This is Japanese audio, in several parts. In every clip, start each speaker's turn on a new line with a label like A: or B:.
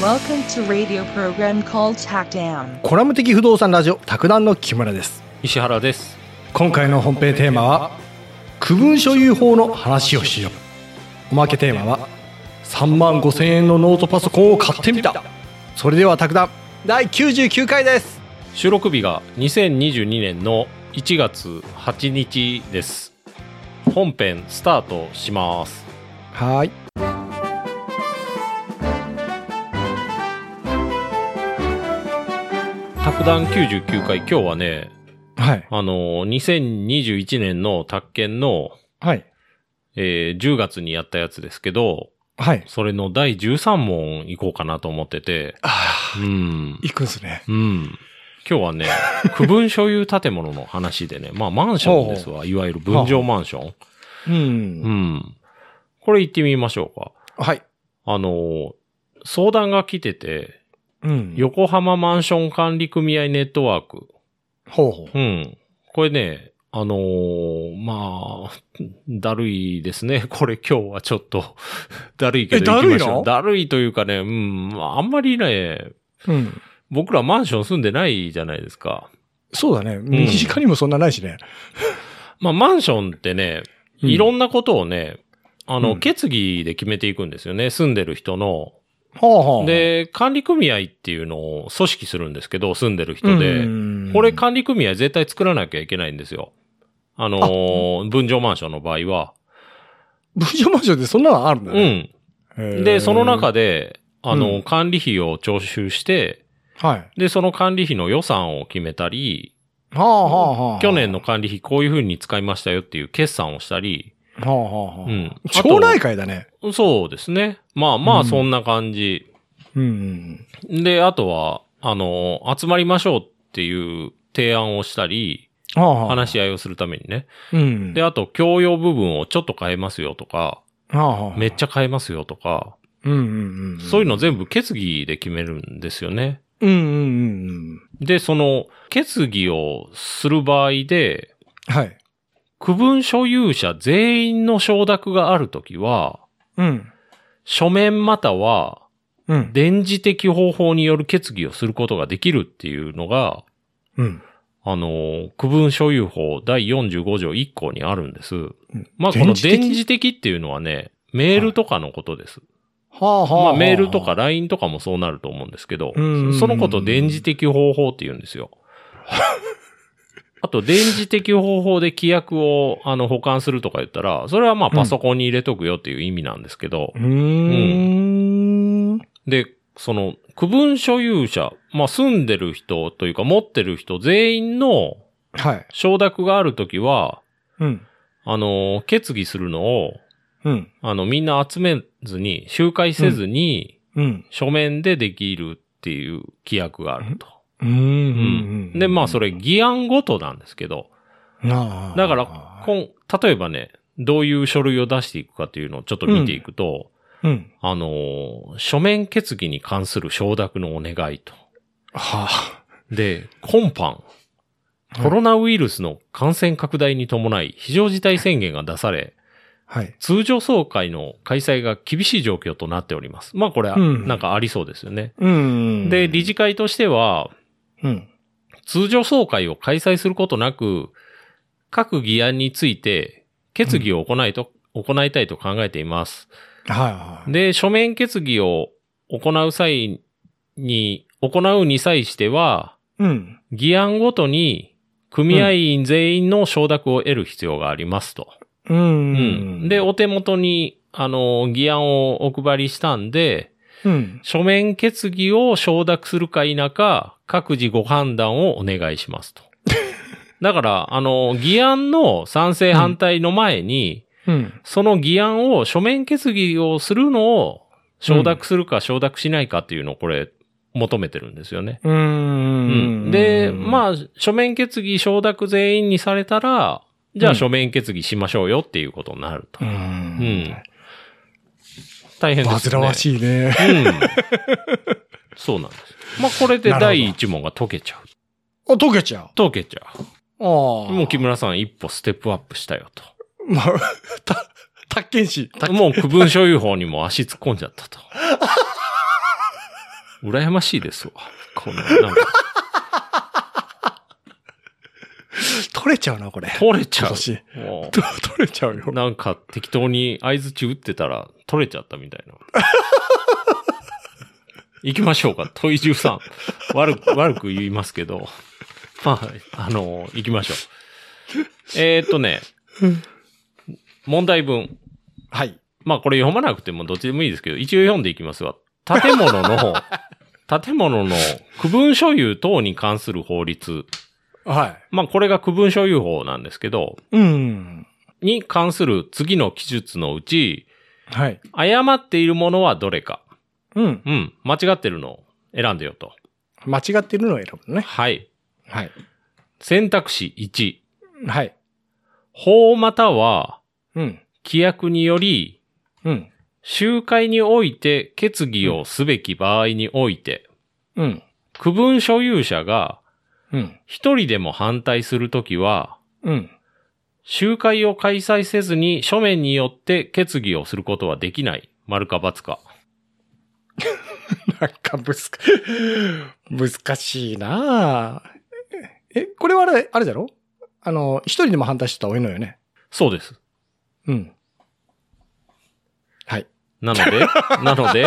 A: Welcome to radio program called Hackdown.
B: コラム的不動産ラジオ卓談の木村です
C: 石原です
B: 今回の本編テーマは区分所有法の話をしようおまけテーマは3万5千円のノートパソコンを買ってみたそれでは卓談第99回です
C: 収録日が2022年の1月8日です本編スタートします
B: はーい
C: 卓談99回今日はね
B: はい
C: あの2021年の宅建の、
B: はい
C: えー10月にやったやつですけど
B: はい
C: それの第13問行こうかなと思ってて
B: あ
C: うん
B: 行くんすね
C: うん今日はね、 区分所有建物の話でね、まあマンションですわ、いわゆる分譲マンション。
B: うん、
C: うん。これ行ってみましょうか。
B: はい
C: あの、相談が来てて、
B: うん
C: 横浜マンション管理組合ネットワーク。
B: ほうほ
C: うん。これね、あのーまあ、だるいですね。 これ今日はちょっと、 だるいけど
B: え
C: 行きましょう
B: だるいの
C: だるいというかね、うん、まああんまりね、
B: う、うん、
C: 僕らマンション住んでないじゃないですか。
B: そうだね、身近にもそんなないしね
C: まあマンションってね、
B: うん
C: いろんなことをね、あの、
B: うん
C: 決議で決めていくんですよね。住んでる人の
B: ほうほう
C: で、管理組合っていうのを組織するんですけど、住んでる人で、
B: うん
C: これ管理組合絶対作らなきゃいけないんですよ。あのー分譲マンションの場合は。
B: 分譲マンションってそんなのあるんだ
C: う
B: ね、
C: ん。
B: うん
C: で、その中で、あのー
B: うん
C: 管理費を徴収して、
B: はい
C: で、その管理費の予算を決めたり、
B: はあはあはあ
C: 去年の管理費こういう風に使いましたよっていう決算をしたり、
B: はあはあはあ
C: うん。
B: 町内
C: あ
B: 会だね。
C: とそうですね。まあま
B: う
C: あ、
B: ん
C: そんな感じ。
B: うん。
C: で、あとは、あの、集まりましょうっていう提案をしたり、
B: はあはあ、
C: 話し合いをするためにね。
B: うん。
C: で、あと、教養部分をちょっと変えますよとか、
B: はあはあ、
C: めっちゃ変えますよとか、
B: うんうんうん。
C: そういうの全部決議で決めるんですよね。
B: うんうんうんうん。
C: で、その、決議をする場合で、
B: はい。
C: 区分所有者全員の承諾があるときは、
B: うん。
C: 書面または、
B: うん。
C: 電磁的方法による決議をすることができるっていうのが、
B: うん。
C: あの、区分所有法第45条1項にあるんです。まあ、こ
B: 電
C: の
B: 磁的
C: 電磁的っていうのはね、メールとかのことです。
B: はあはあ、
C: ま
B: は
C: あ、
B: あ。
C: メールとか LINE とかもそうなると思うんですけど、
B: うんうんうん
C: そのこと電磁的方法って言うんで すよ。あと、電磁的方法で規約を、あの、保管するとか言ったら、それはまあ、パソコンに入れとくよっていう意味なんですけど
B: う、ーん。
C: で、その、区分所有者、まあ、住んでる人というか、持ってる人全員の
B: はい。
C: 承諾があるときは、
B: うん。
C: あの、決議するのを、
B: うん。
C: あの、みんな集めずに、集会せずに、
B: うん。
C: 書面でできるっていう規約があると。
B: うん。うん。
C: で、まあ、そ
B: れ。
C: れ、議案ごとなんですけど、
B: ああ
C: だから、こん、例えばね、どういう書類を出していくかっていうのをちょっと見ていくと、
B: うん。
C: あのー、書面決議に関する承諾のお願いと。
B: はあ。
C: で、今般、コロナウイルスの感染拡大に伴い、非常事態宣言が出され、
B: はい。
C: 通常総会の開催が厳しい状況となっております。まあこれは、
B: うん
C: なんかありそうですよね。
B: うん。
C: で、理事会としては、
B: うん。
C: 通常総会を開催することなく、各議案について決議を行いと、行いたいと考えています。
B: はいはい。
C: で、書面決議を行う際に、行うに際しては、
B: うん。
C: 議案ごとに組合員全員の承諾を得る必要がありますと。
B: う
C: うん
B: ん。
C: で、お手元に、あの、議案をお配りしたんで、
B: うん。
C: 書面決議を承諾するか否か、各自ご判断をお願いしま すと。だから、あの、議案の賛成反対の前に、
B: うん。
C: その議案を書面決議をするのを承諾するか承諾しないかっていうのをこれ求めてるんですよね。
B: う。
C: うんん。で、ま
B: あ、
C: あ、書面決議承諾全員にされたら、じゃ
B: う
C: あ
B: ん
C: 書面決議しましょうよっていうことになると
B: う。
C: うんん。。大変ですね。
B: 煩わしいね。
C: うん。そうなんです。まあ、これで
B: なるほど
C: 第1問が解けちゃう。
B: あ、溶けちゃう。
C: 解けちゃう。
B: ああ。
C: もう木村さん一歩ステップアップしたよ
B: まあ、た、宅建士。
C: と。もう区分所有法にも足突っ込んじゃったと。羨ましいですわ。この、なんか、
B: 取れちゃうな、これ。
C: 取れち
B: 今
C: ゃ
B: 年。
C: う。も
B: と取れちゃう
C: う、
B: よ。
C: なんか適当に合図打ってたら取れちゃったみたいな。 行きましょうか。問い13。悪く、悪く言いますけど。 まあ、あの、行きましょう。えー、っとね、問題文。
B: はい。
C: まあこれ読まなくてもどっちでもいいですけど、一応読んでいきますわ。建物の、建物の区分所有等に関する法律。
B: は
C: まあこれが区分所有法なんですけど、
B: い。うん。
C: に関する次の記述のうち、
B: はい。
C: 誤っているものはどれか。
B: うん。
C: うん、間違ってるのを選んでよと。
B: 間違ってるのを選ぶのね。
C: はい。
B: はい。
C: 選択肢1。
B: はい。
C: 法または
B: うん。
C: 規約により、
B: うん。
C: 集会において決議をすべき場合において、
B: うん。
C: 区分所有者が
B: うん。
C: 一人でも反対するときは、
B: うん。
C: 集会を開催せずに書面によって決議をすることはできない。丸か×か。
B: なんかむずか、 難しいなぁえ、これはあれ、あれだろあの、一人でも反対してた方がいいのよね。
C: そうです。
B: うん。はい。
C: なので、なので、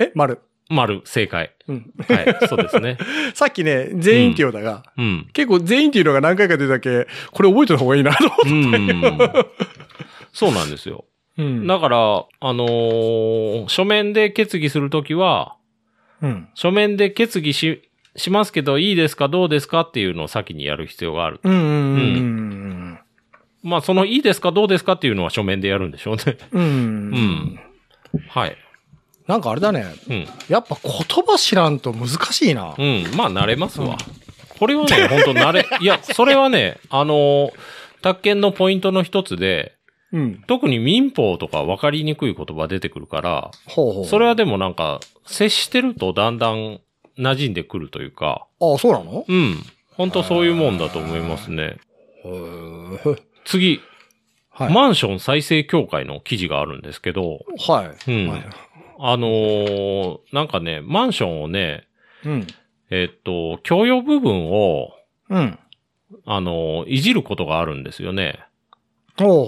B: え、丸。
C: 丸、正解。
B: うん。
C: はい、そうですね。
B: さっきね、全員って言うのが、
C: うん。
B: 結構全員っていうのが何回か出たけ、これ覚えてた方がいいなと。
C: うん。そうなんですよ。
B: うん
C: だから、あのー書面で決議するときは、
B: うん。
C: 書面で決議し、しますけど、いいですかどうですかっていうのを先にやる必要がある。
B: うんうんうん
C: まあ、そのいいですかどうですかっていうのは書面でやるんでしょうね。
B: うん。うん。
C: うん。はい。
B: なんかあれだね。
C: うん。
B: やっぱ言葉知らんと難しいな。
C: うん。まあ、慣れますわ。これはね、本当慣れ、いや、それはね、あのー、宅建のポイントの一つで、
B: うん。
C: 特に民法とか分かりにくい言葉出てくるから、
B: ほうほう。
C: それはでもなんか、接してるとだんだん馴染んでくるというか、
B: ああ、そうなの
C: うん。本当そういうもんだと思いますね。
B: へえ
C: 次、
B: はい。
C: マンション再生協会の記事があるんですけど、
B: はい。
C: うん
B: はい
C: あのーなんかね、マンションをね、
B: うん。
C: えっと、共用部分を、
B: うん。
C: あの、いじることがあるんですよね。
B: ほうほう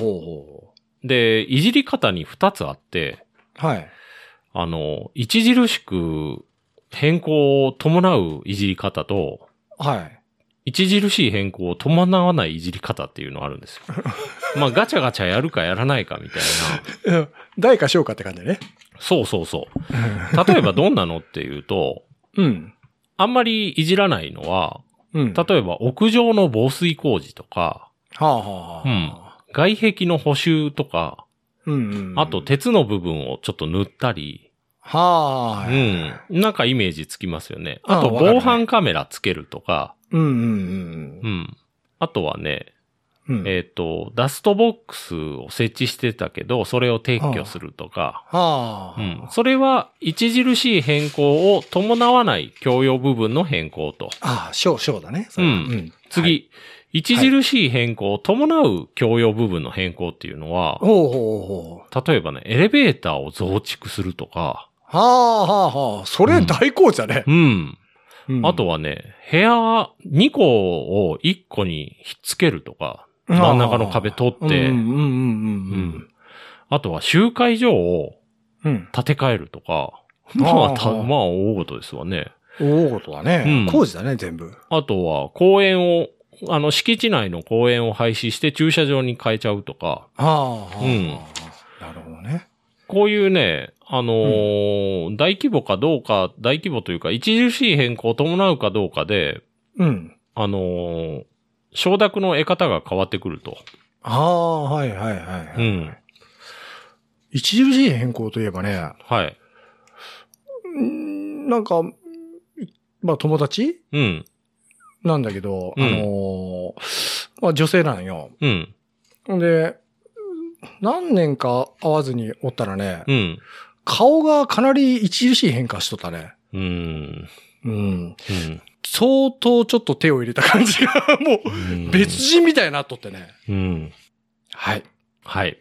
B: ほ
C: で、いじり方に2つあって、
B: う。はい。
C: あの、著しく変更を伴ういじり方と、
B: はい。
C: 著しい変更を伴わないいじり方っていうのがあるん ですよ。まあ、ガチャガチャやるかやらないかみたいな。
B: うん大か小かって感じね。
C: そうそうそう。例えばどんなのっていうと、
B: うん。
C: あんまりいじらないのは、
B: うん。は
C: 例えば屋上の防水工事とか、
B: あはあ。
C: 外壁の補修とか、
B: うん。うん。
C: あと、鉄の部分をちょっと塗ったり、
B: はあ。
C: うん。なんかイメージつきますよね。あと、
B: あわかる
C: 防犯カメラつけるとか、
B: うんうん
C: うん。あとはね、
B: うんうん。
C: えっ、と、ダストボックスを設置してたけど、それを撤去するとか、
B: はあ。
C: うん。それは、著しい変更を伴わない共用部分の変更と。
B: ああ、小、小だね。それは
C: うん
B: ん。
C: 次、
B: はい。
C: 著しい変更を伴う共用部分の変更っていうのは、
B: ほうほうほう。
C: 例えばね、エレベーターを増築するとか、
B: はあはあはあ。それ大工事だね
C: う。ん。
B: うん
C: あとはね、部屋2個を1個にひっつけるとか、真ん中の壁取
B: う
C: っ
B: ん
C: て、
B: うんうん
C: う
B: うん
C: んあとは集会所を
B: うん。うん。
C: 建て替えるとか、
B: あー
C: まあ、たまあ、大事ですわね。
B: 大事だね。
C: うん
B: 工事だね、全部。
C: あとは、公園を、あの、敷地内の公園を廃止して駐車場に変えちゃうとか、
B: ああ、はあ
C: うん
B: なるほどね。
C: こういうね、あのー大規模かどうか、大規模というか、著しい変更を伴うかどうかで、
B: うん。
C: あのー承諾の得方が変わってくると。
B: ああ、はいはいはいは
C: う
B: い。
C: ん。
B: 著しい変更といえばね、
C: はい。
B: うんなんか、まあ友達
C: うん。
B: なんだけど、
C: うん
B: あのーまあ女性なんよ。
C: うん。
B: で、何年か会わずにおったらね、
C: うん。
B: 顔がかなり著しい変化しとったね。
C: うん。
B: うん。
C: うん
B: 相当ちょっと手を入れた感じが、 もう
C: うん
B: 別人みたいになっとってね。
C: うん。
B: はい。
C: はい。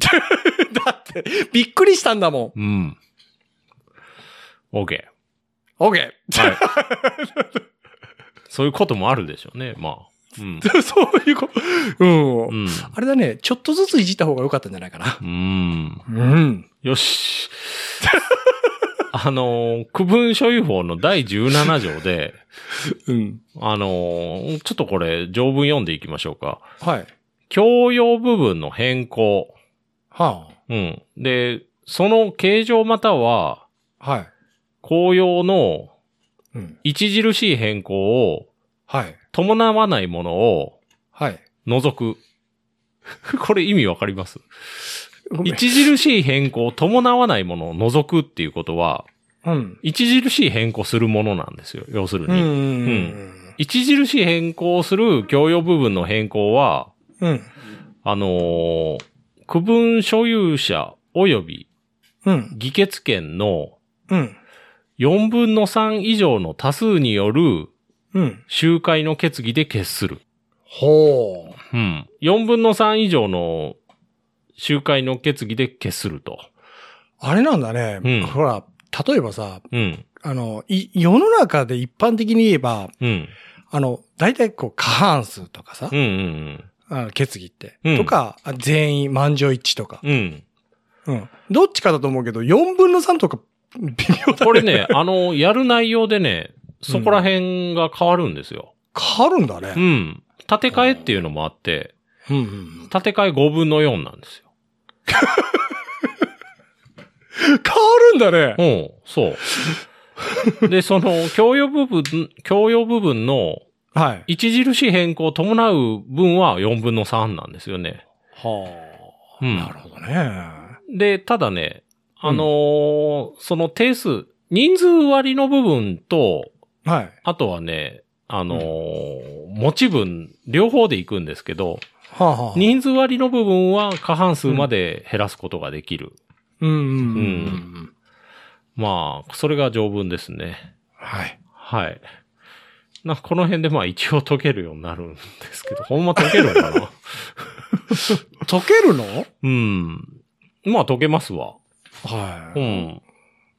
B: だって、びっくりしたんだもん。
C: うん。 OK。
B: OK!
C: そういうこともあるでしょうね。まあ。うん。
B: そういうこと。うん。
C: うん。
B: あれだね、ちょっとずついじった方が良かったんじゃないかな。
C: うん。
B: うん。
C: よし。あのー、区分所有法の第17条で、
B: うん。
C: あのー、ちょっとこれ、条文読んでいきましょうか。
B: はい。
C: 共用部分の変更。
B: は
C: うん。で、その形状または、
B: あ。はい。
C: 公用の
B: うん。
C: 著しい変更を
B: はい。
C: 伴わないものを
B: はい。
C: 除く。 これ意味わかります
B: ごめん
C: 著しい変更を伴わないものを除くっていうことは、
B: うん。
C: 著しい変更するものなんですよ。要する
B: う
C: に。
B: ん。
C: 著しい変更をする共用部分の変更は、
B: うん。
C: あのー区分所有者及び
B: うん。
C: 議決権の
B: うん。
C: 4分の3以上の多数による
B: うん。
C: 集会の決議で決する。
B: ほ
C: うん。4分の3以上の集会の決議で決すると。
B: う。あれなんだね。
C: うん
B: ほら、例えばさ、
C: うん。
B: あの、い、世の中で一般的に言えば、
C: うん。
B: あの、大体こう、過半数とかさ
C: うん、うん
B: あの決議って。
C: うん
B: とか、あ全員満場一致とか。
C: うん。うん。
B: うん。どっちかだと思うけど、4分の3とか、微妙だ
C: これ ね、あの、やる内容でね、そこら辺が変わるんですよ。
B: 変わるんだ
C: う
B: ね。
C: ん。建て替えっていうのもあって、
B: うん。うん、
C: 建て替え5分の4なんですよ。
B: 変わるんだね。
C: うん、そう。 で、その、共用部分、共用部分の
B: はい。
C: 著しい変更を伴う分は4分の3なんですよね。
B: は
C: う
B: あ
C: ん。
B: なるほどね。
C: で、ただね、あのーその定数、人数割りの部分と、
B: はい。
C: あとはね、あのー持ち分、両方でいくんですけど、
B: はあ、はあ、
C: 人数割りの部分は過半数まで減らすことができる。
B: うんうんうん。う、
C: うんまあ、それが条文ですね。
B: はい。
C: はい。な、この辺でまあ一応解けるようになるんです けど、ほんま解けるのかな
B: 解けるの
C: うん。まあ解けますわ。
B: は
C: う
B: い。
C: ん。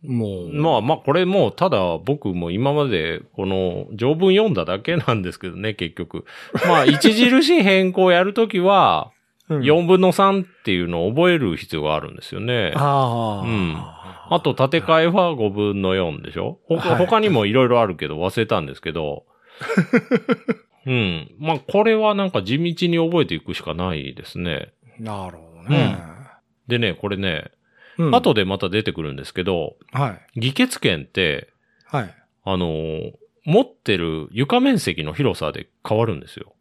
B: もう。
C: まあまあこれもうただ僕も今までこの条文読んだだけなんですけどね、結局。 まあ著しい変更やるときは
B: うん、
C: 4分の3っていうのを覚える必要があるんですよね。あ
B: ああ。
C: うんと建て替えは5分の4でしょ他
B: はい
C: 他にもいろいろあるけど忘れたんです けど。うん。まあこれはなんか地道に覚えていくしかないですね。
B: なるほどね。
C: でね、これね、
B: うん
C: 後でまた出てくるんですけど、
B: はい。
C: 議決権って、
B: はい。
C: あのー持ってる床面積の広さで変わるんですよ。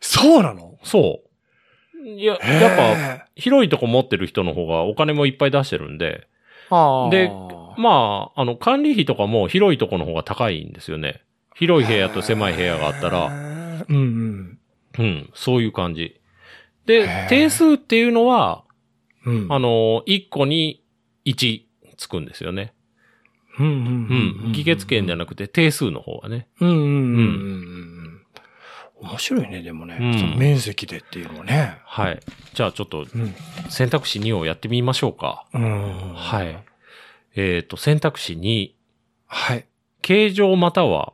B: そうなの
C: そう。いや、やっぱ、
B: やっ
C: 広いとこ持ってる人の方がお金もいっぱい出してるんで、
B: ぱ、ああ。
C: でまあ、あの、管理費とかも広いとこの方が高いんですよね。広い部屋と狭い部屋があったら、
B: ら。うんうん。
C: うん、そういう感じ。
B: へ
C: で
B: ー、
C: 定数っていうのは、
B: うん
C: あのー、1個に1つくんですよね。
B: うんう
C: うん
B: うん
C: ん。議決権じゃ
B: な
C: なくて定数の方がね。
B: うんうんうんうんうん。面白いね、でもね。
C: うん
B: その面積でっていうのね。
C: はい。じゃあちょっと
B: うん。
C: 選択肢2をやってみましょうか。
B: うん。。
C: はいい。えっ、と、選択肢2、
B: はい。
C: 形状または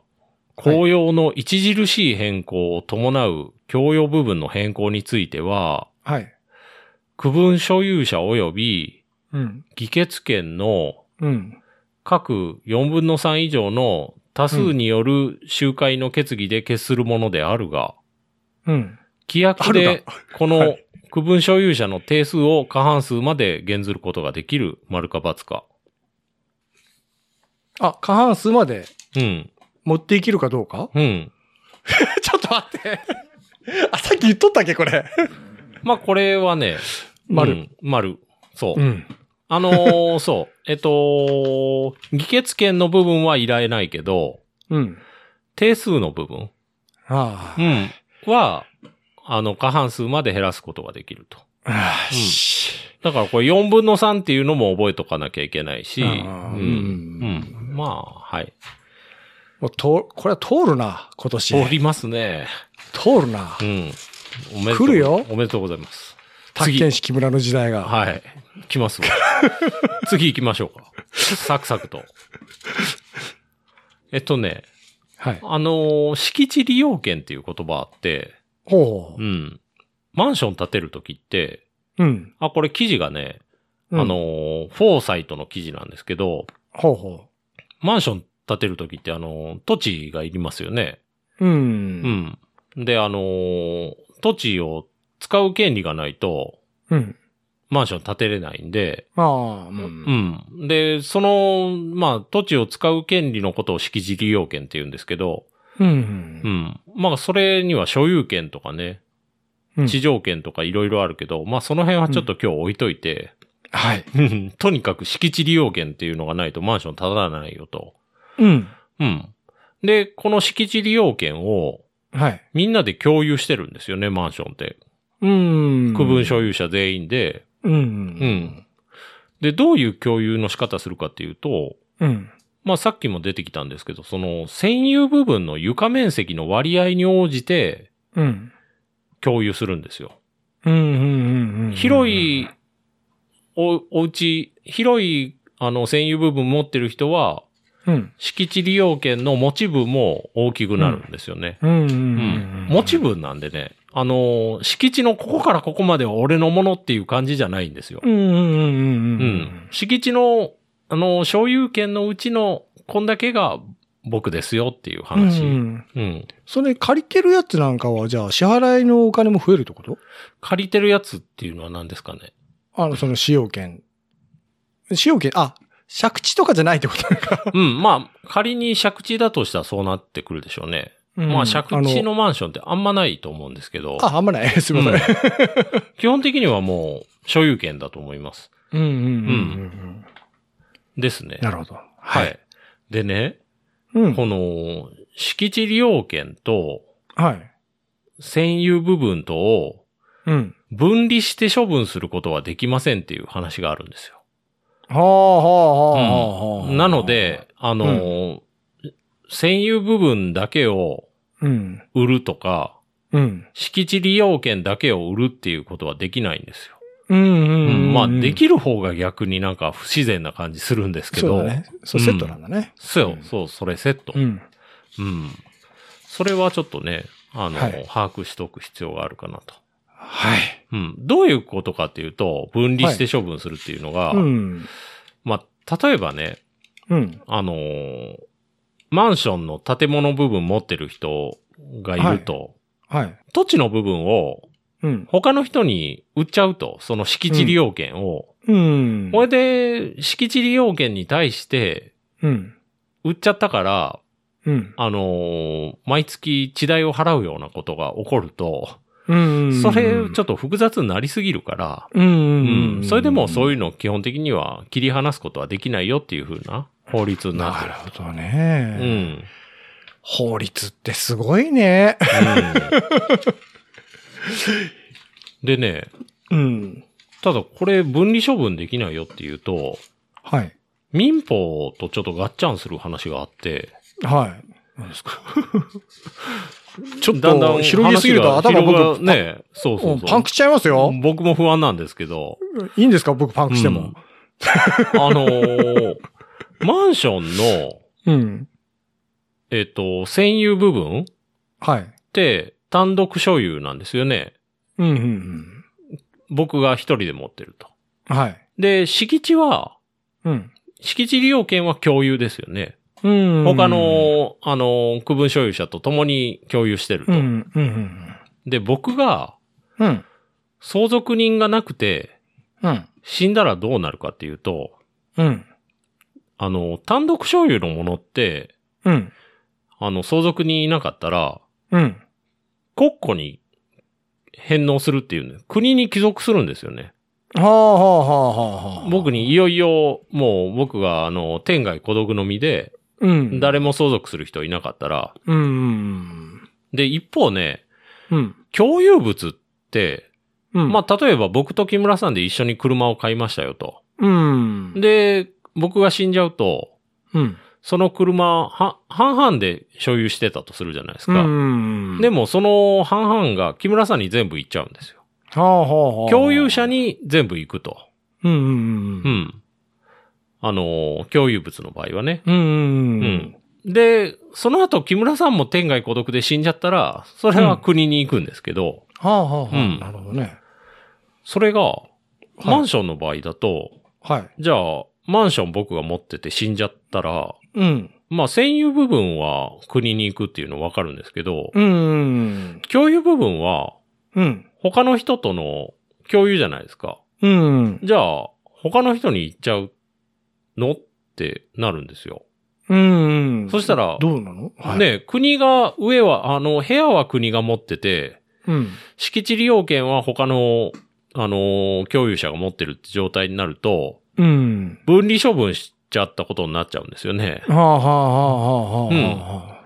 C: 公用の著しい変更を伴う共用部分の変更については、
B: はい。
C: 区分所有者及び
B: うん。
C: 議決権の
B: うん。
C: 各4分の3以上の多数による集会の決議で決するものであるが、
B: うん。
C: 規約
B: ある
C: でこ
B: は
C: の
B: い
C: 区分所有者の定数を過半数まで減ずることができる丸か×か。
B: あ、過半数まで
C: うん。
B: 持っていけるかどうか
C: うん。
B: ちょっと待って。あ、さっき言っとったっけ、これ。
C: まあ、これはね、
B: 丸
C: うん丸。そう。
B: ん。
C: あの ーそう。えっと、議決権の部分はいられないけど、
B: うん。
C: 定数の部分、
B: あ
C: う
B: あ
C: ん、は、あの、過半数まで減らすことができると。
B: ああ。
C: うん
B: し
C: だからこれ4分の3っていうのも覚えとかなきゃいけないし、
B: う
C: うんん。うん。まあ、はい。
B: もうと、これは通るな、今年。
C: 通りますね。
B: 通るな
C: う。ん。おめでとう
B: 来るよ
C: おめでとうございます。
B: 宅建式木村の時代が。
C: はい。来ますわ。 次行きましょうか。サクサクと。えっとね、
B: はい。
C: あのー敷地利用権っていう言葉あって、
B: ほ
C: うん。マンション建てるときって、
B: う。うん。
C: あ、これ記事がね、
B: うん
C: あのーフォーサイトの記事なんですけど、
B: ほうほ
C: マンション建てるときって、あのー土地がいりますよね。
B: う。う。
C: うんん。で、あのー土地を使う権利がないと、
B: うん。
C: マンション建てれないんで、
B: まあ、う。
C: うんん。で、その、まあ、土地を使う権利のことを敷地利用権って言うんですけど、
B: う。
C: うんん。まあ、それには所有権とかね、
B: うん
C: 地上権とかいろいろあるけど、まあ、その辺はちょっと今日置いといて、
B: はい。
C: うんとにかく敷地利用権っていうのがないとマンション建たないよと。
B: うん。
C: うん。で、この敷地利用権を
B: はい。
C: みんなで共有してるんですよね、マンションって。
B: うん。
C: 区分所有者全員で。
B: うん。
C: うん。で、どういう共有の仕方するかっていうと、
B: うん。
C: まあさっきも出てきたんですけど、その占有部分の床面積の割合に応じて
B: うん。
C: 共有するんですよ。
B: うん。うん。
C: 広いお、お家、広いあの占有部分持ってる人は、
B: うん。
C: 敷地利用権の持ち分も大きくなるんですよね。
B: うん。う
C: うんん。。持ち分なんでね、あの、敷地のここからここまでは俺のものっていう感じじゃないんですよ。
B: うん。うん。うん。う
C: う
B: んん。。
C: 敷地の、あの、所有権のうちのこんだけが僕ですよっていう話。
B: うん。
C: うん
B: それ借りてるやつなんかは、じゃあ支払いのお金も増えるってこと
C: 借りてるやつっていうのは何ですかね。
B: あの、その使用権。使用権、あ、借地とかじゃないってことなんか。
C: うん、まあ、仮に借地だとしたらそうなってくるでしょうね。まあ、借地のマンションってあんまないと思うんですけど、
B: あ、あんまない。すいません。
C: 基本的にはもう所有権だと思います。
B: うんうん
C: うん
B: ん。
C: ですね。
B: なるほど。
C: は、
B: はいい。
C: でね、
B: うん
C: この、敷地利用権と
B: はい。
C: 占有部分とを
B: うん。
C: 分離して処分することはできませんっていう話があるんですよ。
B: はあはあはあはあはあ。
C: なので、、あのー、占有部分だけを
B: うん。
C: 売るとか、
B: うん。
C: 敷地利用権だけを売るっていうことはできないんですよ。
B: うんう
C: うん
B: ん。
C: まあ、できる方が逆になんか不自然な感じするんですけ
B: そう
C: ど。
B: だね。そう、セットなんだね。
C: そうよ、そう、それセット。う。
B: うんん。
C: それはちょっとね、あの、
B: はい
C: 把握しておく必要があるかなと。
B: はい。
C: うん。どういうことかっていうと、分離して処分するっていうのが、
B: うん。
C: まあ、例えばね、
B: うん。
C: あのーマンションの建物部分持ってる人がいると、
B: はい。
C: 土地の部分を
B: うん。
C: 他の人に売っちゃうと、その敷地利用権を、
B: うん。
C: これで、敷地利用権に対して、
B: うん。
C: 売っちゃったから、
B: うん。
C: あのー毎月地代を払うようなことが起こると、
B: うん。
C: それちょ
B: っと、
C: っと複雑になりすぎるから、
B: う。
C: うんん、それでもそう
B: いう
C: いうのを基本的には切り離すことはできないよっていう風な法律に
B: ん。
C: なっ
B: な
C: て
B: る
C: る。
B: ほど
C: う
B: ね。
C: ん。
B: 法律ってすごいね。
C: うんでね、
B: うん。
C: ただこれ分離処分できないよっていうと、
B: はい。
C: 民法とちょっとガッチャンする話があって、
B: はい。
C: ちょ
B: っと広げすぎると頭が
C: がね、そうそうそう。
B: パンクしちゃいますよ。
C: 僕も不安なんですけど。
B: いいんですか僕パンクして
C: う
B: も
C: ん。あのーマンションの、
B: うん。
C: えっ、と、占有部分っ
B: はい。
C: て単独所有なんですよね。
B: うん、うん、
C: 僕が一人で持ってると。
B: うん。はい。
C: で、敷地は、
B: うん。
C: 敷地利用権は共有ですよね。
B: うん
C: 他、の、あのー、区分所有者と共に共有してると。
B: うん、うん、うん。
C: で、僕が
B: うん。
C: 相続人がなくて、
B: うん。
C: 死んだらどうなるかっていうと、
B: うん。
C: あの、単独所有のものって、
B: うん。
C: あの、相続人いなかったら、
B: うん。
C: 国庫に返納するっていうね、国に帰属するんですよね。
B: はあ、はあ、はあ、はあはあ。
C: 僕にいよいよ、もう僕が、あの、天涯孤独の身で、
B: うん。
C: 誰も相続する人いなかったら、
B: うん、うん。
C: で、一方ね、
B: うん。
C: 共有物って、
B: うん。
C: まあ、例えば僕と木村さんで一緒に車を買いましたよと。
B: うん。
C: で、僕が死んじゃうと、
B: うん。
C: その車、は、半々で所有してたとするじゃないです
B: う
C: か。
B: ん。
C: でも、その半々が木村さんに全部行っちゃうんですよ。
B: はあはあはあ。
C: 共有者に全部行くと。
B: うんうん
C: う
B: うん。
C: ん。あの、共有物の場合はね。
B: うんうん
C: う
B: うん
C: ん。。で、その後木村さんも天涯孤独で死んじゃったら、それは国に行くんですけど、
B: はあはあは
C: う
B: あ。
C: ん
B: なるほどね。
C: それが、
B: い
C: マンションの場合だと、
B: はい。
C: じゃあ、マンション僕が持ってて死んじゃったら、
B: うん。
C: まあ、占有部分は国に行くっていうのわかるんですけど、
B: うんうん
C: 共有部分は
B: うん。うん。
C: 他の人との共有じゃないですか。
B: うん。
C: じゃあ、他の人に行っちゃうのってなるんですよ。
B: うんうん。
C: そしたら
B: どうなの。
C: ね、国が、上は、あの、部屋は国が持ってて、
B: うん。
C: 敷地利用権は他の、あの、共有者が持ってるって状態になると、
B: うん。
C: 分離処分しちゃったことになっちゃうんですよね。
B: はあはあはあはあはあは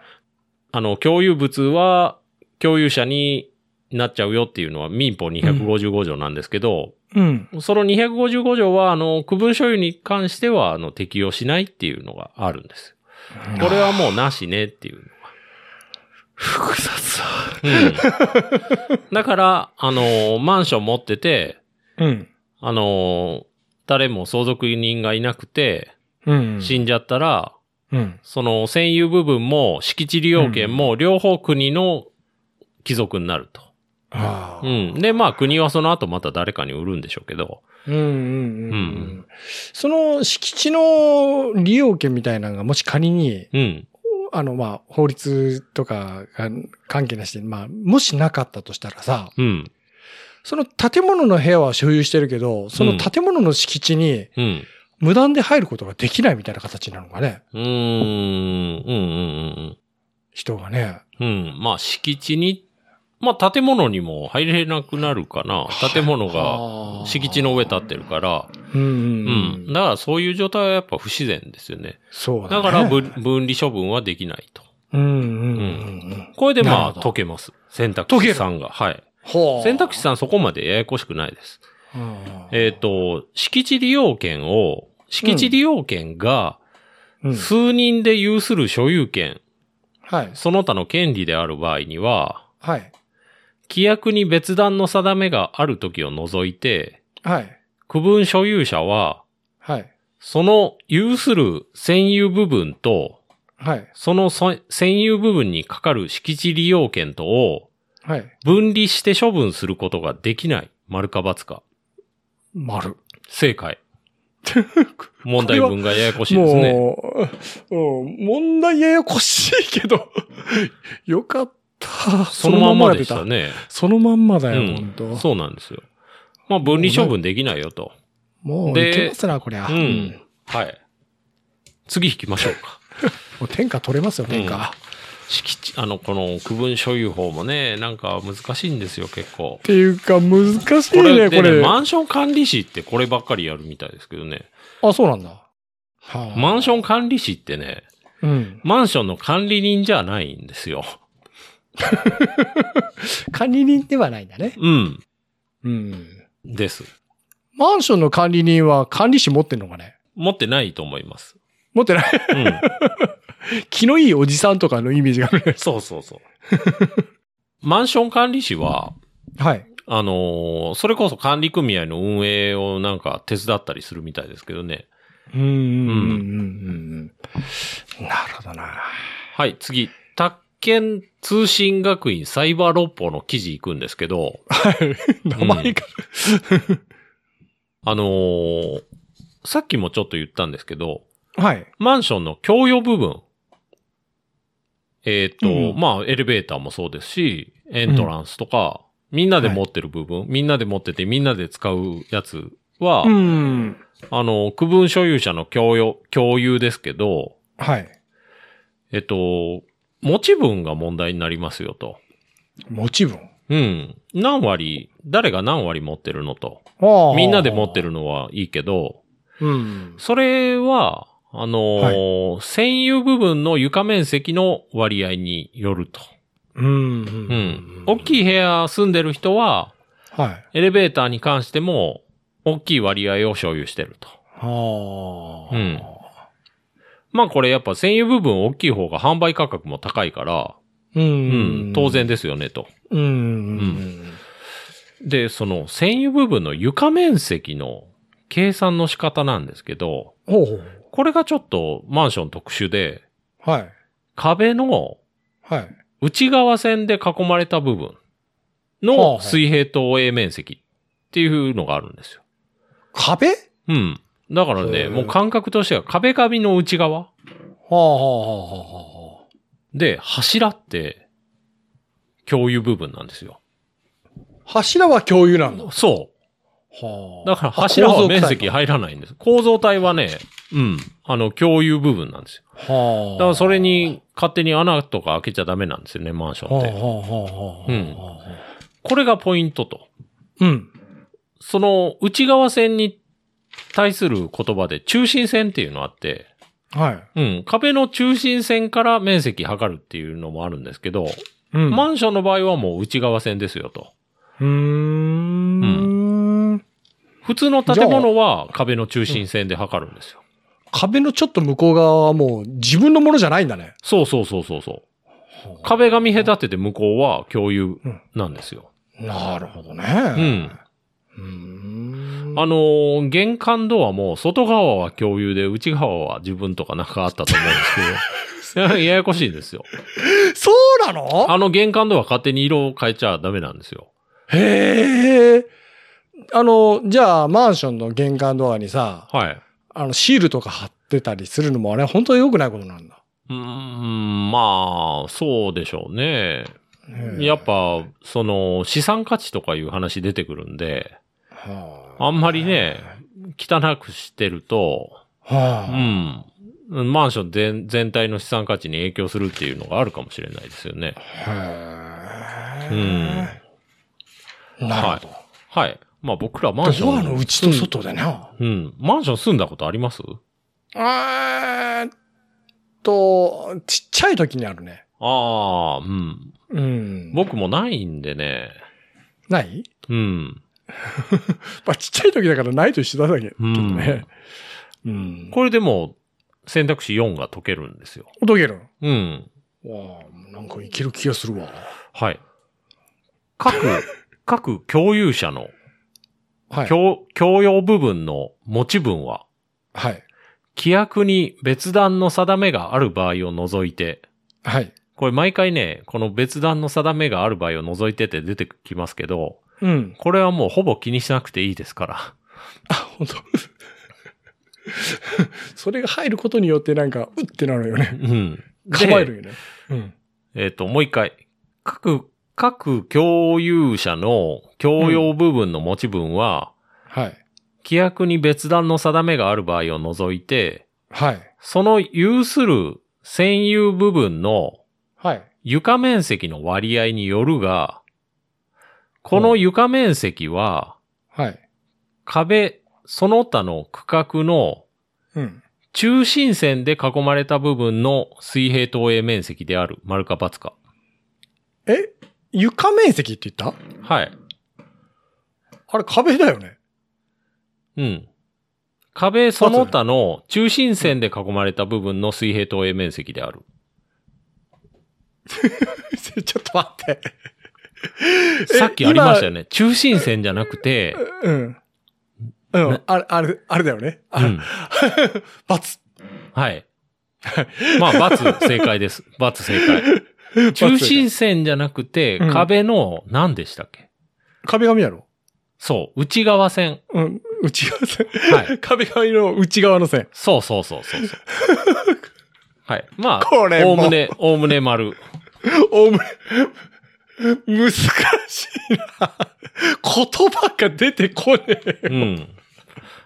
C: あの、共有物は共有者になっちゃうよっていうのは民法255条なんですけど、
B: あ。うん。
C: その255条は、あの、区分所有に関しては、あの、適用しないっていうのがあるんです。これはもうなしねっていう。
B: 複雑だ。
C: うん。だから、あの、マンション持ってて、
B: うん。
C: あの、誰も相続人がいなくて、
B: うん。
C: 死んじゃったら、
B: うん。
C: その占有部分も敷地利用権も両方国の貴族になると。
B: はあ
C: う。ん。で、まあ国はその後また誰かに売るんでしょうけど。
B: うんうんうんう
C: うん
B: ん。その敷地の利用権みたいなのがもし仮に、
C: うん。
B: あのまあ法律とかが関係なしで、まあもしなかったとしたらさ、
C: うん。
B: その建物の部屋は所有してるけど、その建物の敷地に
C: うん。
B: 無断で入ることができないみたいな形なのかね、
C: うーん。うん。うん。
B: 人がね。
C: うん。うん。まあ敷地に、まあ建物にも入れなくなるかな。建物
B: はあ
C: が敷地の上立ってるから。
B: うんう
C: うん
B: うん
C: ん。だからそういう状態はやっぱ不自然ですよね。
B: そうだ
C: だ
B: ね。
C: から分分離処分はできないと。
B: うんうんうんうん。
C: これで
B: な
C: ま
B: る
C: あ
B: ほど
C: 解けます。選択
B: 解け
C: 肢
B: る
C: さんが。はい。
B: ほ
C: 選択肢
B: ん。
C: さんそこまでややこしくないです。
B: うん
C: えっ、、と、敷地利用権を、敷地利用権が
B: うん
C: 数人で有する所有権、
B: はい。
C: その他の権利である場合には、
B: はい。
C: 規約に別段の定めがある時を除いて、
B: はい。
C: 区分所有者は、
B: はい。
C: その有する占有部分と、
B: はい。
C: そのそ占有部分にかかる敷地利用権とを
B: はい。
C: 分離して処分することができない。丸か×か。
B: 丸。
C: 正解。問題文がややこしいですね。
B: もう、うん、問題ややこしいけど、 よかった。
C: そのまんまでした
B: そのまんま
C: ね。
B: そのまんまだよ、
C: うん
B: 本当
C: そうなんですよ。まあ、分離処分できないよと。
B: もう、
C: で
B: いけますな、こりゃ。
C: うん。はい。次引きましょう か。
B: もう天下取れますよ、天
C: うん
B: 下。っ
C: 敷地、あの、この区分所有法もね、なんか難しいんですよ、結構。
B: ていうか、難しい
C: これ
B: ね、
C: で
B: こ
C: ね、
B: れ。
C: マンション管理士ってこればっかりやるみたいですけどね。
B: あ、そうなんだ。はあ
C: マンション管理士ってね、
B: うん。
C: マンションの管理人じゃないんですよ。
B: 管理人ではないんだね。
C: うん。
B: うん。
C: です。
B: マンションの管理人は管理士持ってんのかね
C: 持ってないと思います。
B: 持ってない。
C: うん。
B: 気のいいおじさんとかのイメージがあるね。
C: そうそうそう。マンション管理士は、
B: はい。
C: あのーそれこそ管理組合の運営をなんか手伝ったりするみたいですけどね。
B: うんうんうんうんうん。なるほどな。
C: はい、次。宅建通信学院サイバー六法の記事行くんですけど、
B: 名前が。
C: あのーさっきもちょっと言ったんですけど、
B: はい。
C: マンションの共用部分。えっ、と、
B: うん
C: まあ、エレベーターもそうですし、エントランスとか、みんなで持ってる部分、みんなで持っててみんなで使うやつは、
B: うん。
C: あの、区分所有者の共有、共有ですけど、
B: はい。
C: えっと、持ち分が問題になりますよと。
B: 持ち分。
C: うん。何割、誰が何割持ってるのと。みんなで持って
B: る。
C: るのはいいけど、
B: うん。
C: それは、あのー占有部分の床面積の割合によると。
B: うん。うん
C: うん。大きい部屋住んでる人は、
B: はい。
C: エレベーターに関しても、大きい割合を所有してると。
B: はあ。
C: うんまあこれやっぱ占有部分大きい方が販売価格も高いから、
B: う。
C: うんん、当然。ですよねと。
B: うん。う。
C: うんで、その占有部分の床面積の計算の仕方なんですけど、
B: ほうほう。
C: これがちょっとマンション特殊で、
B: はい。
C: 壁の
B: はい。
C: 内側線で囲まれた部分
B: はあは
C: の
B: あ
C: 水平投影面積っていうのがあるんですよ。
B: 壁は
C: うん。だから
B: へえ
C: ね、もう感覚としては壁紙の内側
B: あはあはあはあはあ。
C: で柱って共有部分なんですよ。
B: 柱は共有なんだ。は
C: そう。
B: あ
C: だから柱は面積
B: は
C: 入らないんです。構造体はね、うん、あの、共有部分なんです
B: あ。
C: よ。だからそれに勝手に穴とか開けちゃダメなんですよね、マンシ
B: は
C: ョ
B: あ
C: ン
B: はあ
C: って。
B: はあはあはあ。
C: うんこれがポイントと。
B: うん。
C: その内側線に対する言葉で中心線っていうのあって、
B: はい。
C: うん、壁の中心線から面積測るっていうのもあるんですけど、
B: うん。
C: マンションの場合はもう内側線ですよと。
B: うーん。
C: 普通の建物は壁の中心線で測るんですよ。
B: 壁のちょっと向こう側はもう自分のものじゃないんだね。
C: そうそうそうそうそう。壁紙隔てて向こうは共有なんですよ。
B: なるほどね。
C: う
B: うー
C: ん。
B: ん。
C: あのー玄関ドアも外側は共有で、内側は自分とかなんかあったと思うんですけど、 ややこしいんですよ。
B: そうなの
C: あの玄関ドア勝手に色を変えちゃダメなんですよ。
B: へえ。あの、じゃあ、マンションの玄関ドアにさ、
C: はい。
B: あの、シールとか貼ってたりするのも、あれ、本当に良くないことなんだ。
C: うーん、まあ、そうでしょうね。
B: ねえ
C: やっ、ぱ、その、資産価値とかいう話出てくるんで、
B: はあ
C: あんまりね、汚くしてると、
B: は
C: う
B: あ
C: ん。マンション全全体の資産価値に影響するっていうのがあるかもしれないですよね。
B: へ
C: う
B: え。なるほ
C: はい。まあ僕らマン
B: ど。
C: ション。
B: ドアの内と外でな。
C: うん。うん。マンション住んだことあります
B: えーっと、ちっちゃい時にあるね。
C: ああ、うん。
B: うん。
C: 僕もないんでね。
B: ない
C: うん。
B: まあ、ちっちゃい時だからないと一緒だけ
C: う
B: ど
C: ん。
B: ね。うん。
C: これでも選択肢4が解けるんですよ。
B: 解ける。
C: うん。
B: わあ、なんかいける気がするわ。
C: はい。 各、各共有者の
B: はい。
C: 共、共用部分の持ち分は、
B: はい。
C: 規約に別段の定めがある場合を除いて、
B: はい。
C: これ毎回ね、この別段の定めがある場合を除いてって出てきますけど、
B: うん。
C: これはもうほぼ気にしなくていいですから。
B: あ、本当 それが入ることによってなんか、うってなるよ
C: う
B: ね。
C: ん。で
B: 構えるよね。うん。
C: えっ、と、もう一回。各、各共有者の共用部分の持ち分は、
B: はい。
C: 規約に別段の定めがある場合を除いて、
B: はい。
C: その有する占有部分の
B: はい。
C: 床面積の割合によるが、この床面積は
B: はい。
C: 壁その他の区画の
B: うん。
C: 中心線で囲まれた部分の水平投影面積である。丸か×か。
B: え床面積って言った
C: はい。
B: あれ壁だよね。
C: うん。壁その他の中心線で囲まれた部分の水平投影面積である。
B: ちょっと待って。え
C: さっきありましたよね。中心線じゃなくて、
B: うん。うん
C: ね。
B: あれ、あれ、あれだよね。
C: う
B: あ
C: ん。
B: バツ。
C: はい。まあ、×正解です。×正解。中心線じゃなくて
B: うん、
C: 壁の何でしたっけ
B: 壁紙やろ
C: そう、内側線。
B: うん。内側線。
C: はい。
B: 壁紙の内側の線。
C: そうそうそうそう そう。はい。まあ、
B: これ
C: お
B: も
C: おむね、おおむね丸。
B: おむ、難しいな。言葉が出てこねえ。
C: うん。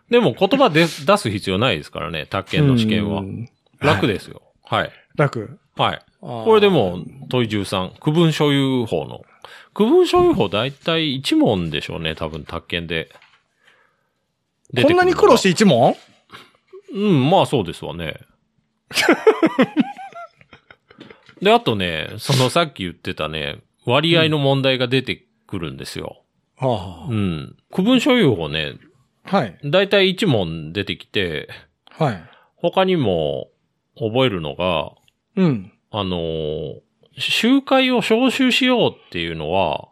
C: でも言葉で出す必要ないですからね、宅建の試験は
B: う。ん
C: 楽ですよ。はい。
B: 楽。
C: はい。
B: こ
C: これで、も、問い13、区分所有法の。区分所有法大体一問でしょうね、多分、宅建で。出て
B: こんな
C: くるのが
B: に苦労して一問
C: うん、まあそうですわね。で、あとね、そのさっき言ってたね、割合の問題が出てくるんですよ。
B: は
C: うん。区分所有法ね、
B: あ、はい。
C: 大体一問出てきて、
B: はい。
C: 他にも覚えるのが、
B: うん。
C: あのー集会を招集しようっていうのは、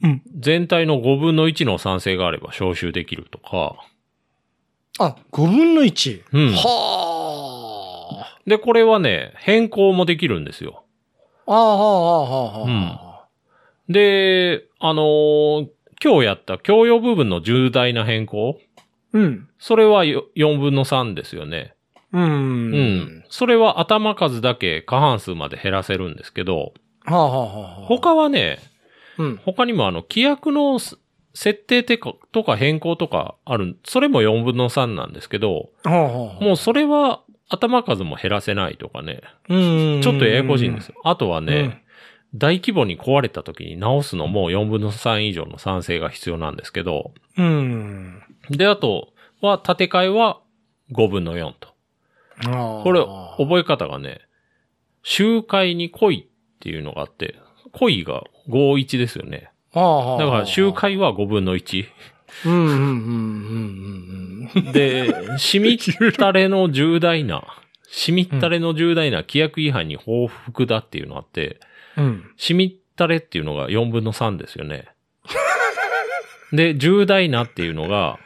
B: うん。
C: 全体の5分の1の賛成があれば招集できるとか。
B: あ、5分の1。
C: うん
B: はあ。
C: で、これはね、変更もできるんですよ。
B: ああ、はあ、はあ、はあ。
C: で、あのー今日やった教養部分の重大な変更。
B: うん。
C: それは4分の3ですよね。
B: う。
C: うんん。それは頭数だけ過半数まで減らせるんですけど、
B: はあ、はあ、はあ。
C: 他はね、
B: うん。
C: 他にもあの、規約のす設定てかとか変更とかある、それも4分の3なんですけど、
B: はあ、はあ。
C: もうそれは頭数も減らせないとかね、
B: うん。
C: ちょっとややこしいんですよ。あとは
B: うん。
C: ね、大規模に壊れた時に直すのも4分の3以上の賛成が必要なんですけど、
B: うん。
C: で、あとは建て替えは5分の4と。こ
B: こ
C: れ、覚え方がね、集会に来いっていうのがあって、来いが51ですよね。だ
B: だ
C: から集。会は5分の1。
B: うんうんうんうんうん。
C: で、しみったれの重大な、しみったれの重大な規約違反に報復だっていうのがあって、
B: うん。
C: しみったれっていうのが4分の3ですよね。で、重大なっていうのが、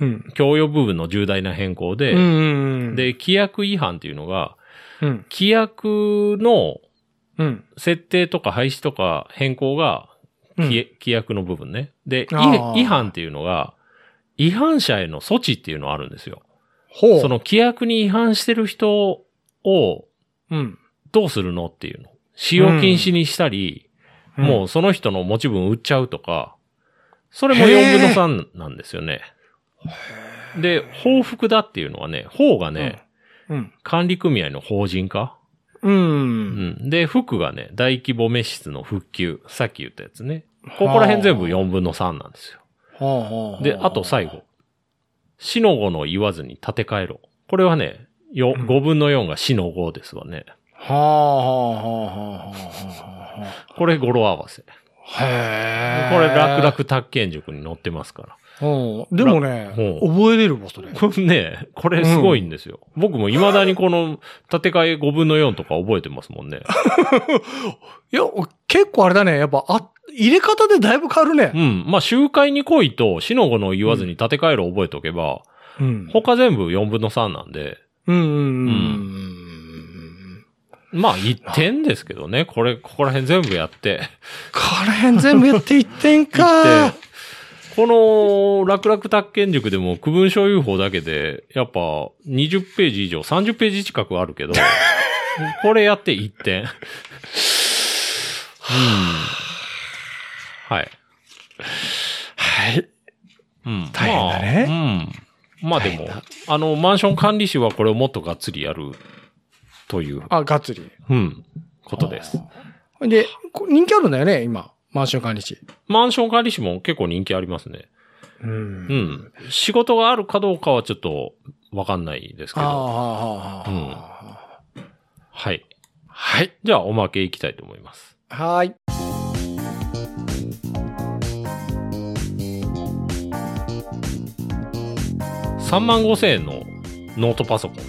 B: うん。
C: 共用部分の重大な変更で、
B: うん。
C: で、規約違反っていうのが、
B: うん。
C: 規約の
B: うん。
C: 設定とか廃止とか変更が
B: うん
C: 規,、規約の部分ね。で、
B: あー
C: い違反っていうのが、違反者への措置っていうのあるんですよ。
B: ほう。
C: その規約に違反してる人を
B: うん、
C: どうするのっていうの。使用禁止にしたり、
B: うん。
C: もうその人の持ち分売っちゃうとか、それも4分の3なんですよね。で、報復だっていうのはね、法がね、
B: うん。
C: 管理組合の法人化、
B: う。
C: うんん、で、服がね、大規模滅失の復旧。さっき言ったやつね。ここら辺全部4分の3なんですよ。
B: ほうほうほう
C: で、あと最。後。死の語の言わずに立て替えろ。これはね、よ、
B: うん
C: 5分の4が死の語ですわね。
B: はあはあはあはあはあは
C: これ語呂合わせ。
B: あ。へえ。
C: これ、楽々宅建塾に載ってますか
B: 々。うん。でもね、
C: うん
B: 覚えれるわ、それ
C: ら。。これね、これすごいんですよ。僕も未だにこの建て替え5分の4とか覚えてます もんね。
B: いや、結構あれだね。やっぱ、あ、入れ方でだいぶ変わる
C: う
B: ね。
C: ん。まあ、集会に来いと、死の語の言わずに建て替えろ覚えておけば、
B: うん
C: 他全部4分の3なんで、
B: うんうんうん
C: う
B: うん。
C: まあ、1点ですけどね。これ、ここら辺全部やって。
B: こら辺全部やって1点
C: で
B: か。
C: この、楽々宅建塾でも区分所有法だけで、やっぱ20ページ以上、30ページ近くある けど、これやって1点。うん。はい。
B: はい。
C: うん。
B: 大変だね
C: まあうん。まあでも
B: 大変だ、
C: あの、マンション管理士はこれをもっとがっつりやる、という、
B: あ、がっつり。
C: うん、ことです。
B: で、こ人気あるんだよね、今。マンション管理地。
C: マンション管理士も結構人気ありますね。
B: う。
C: うんん。仕事があるかどうかはちょっと、わかんないですけ
B: ああ、
C: ど。
B: はあ、はあ
C: うん
B: はあ。
C: はい。
B: はい。
C: じゃあ、おまけいきたいと思います。
B: はーい。
C: 3万5千円のノートパソコン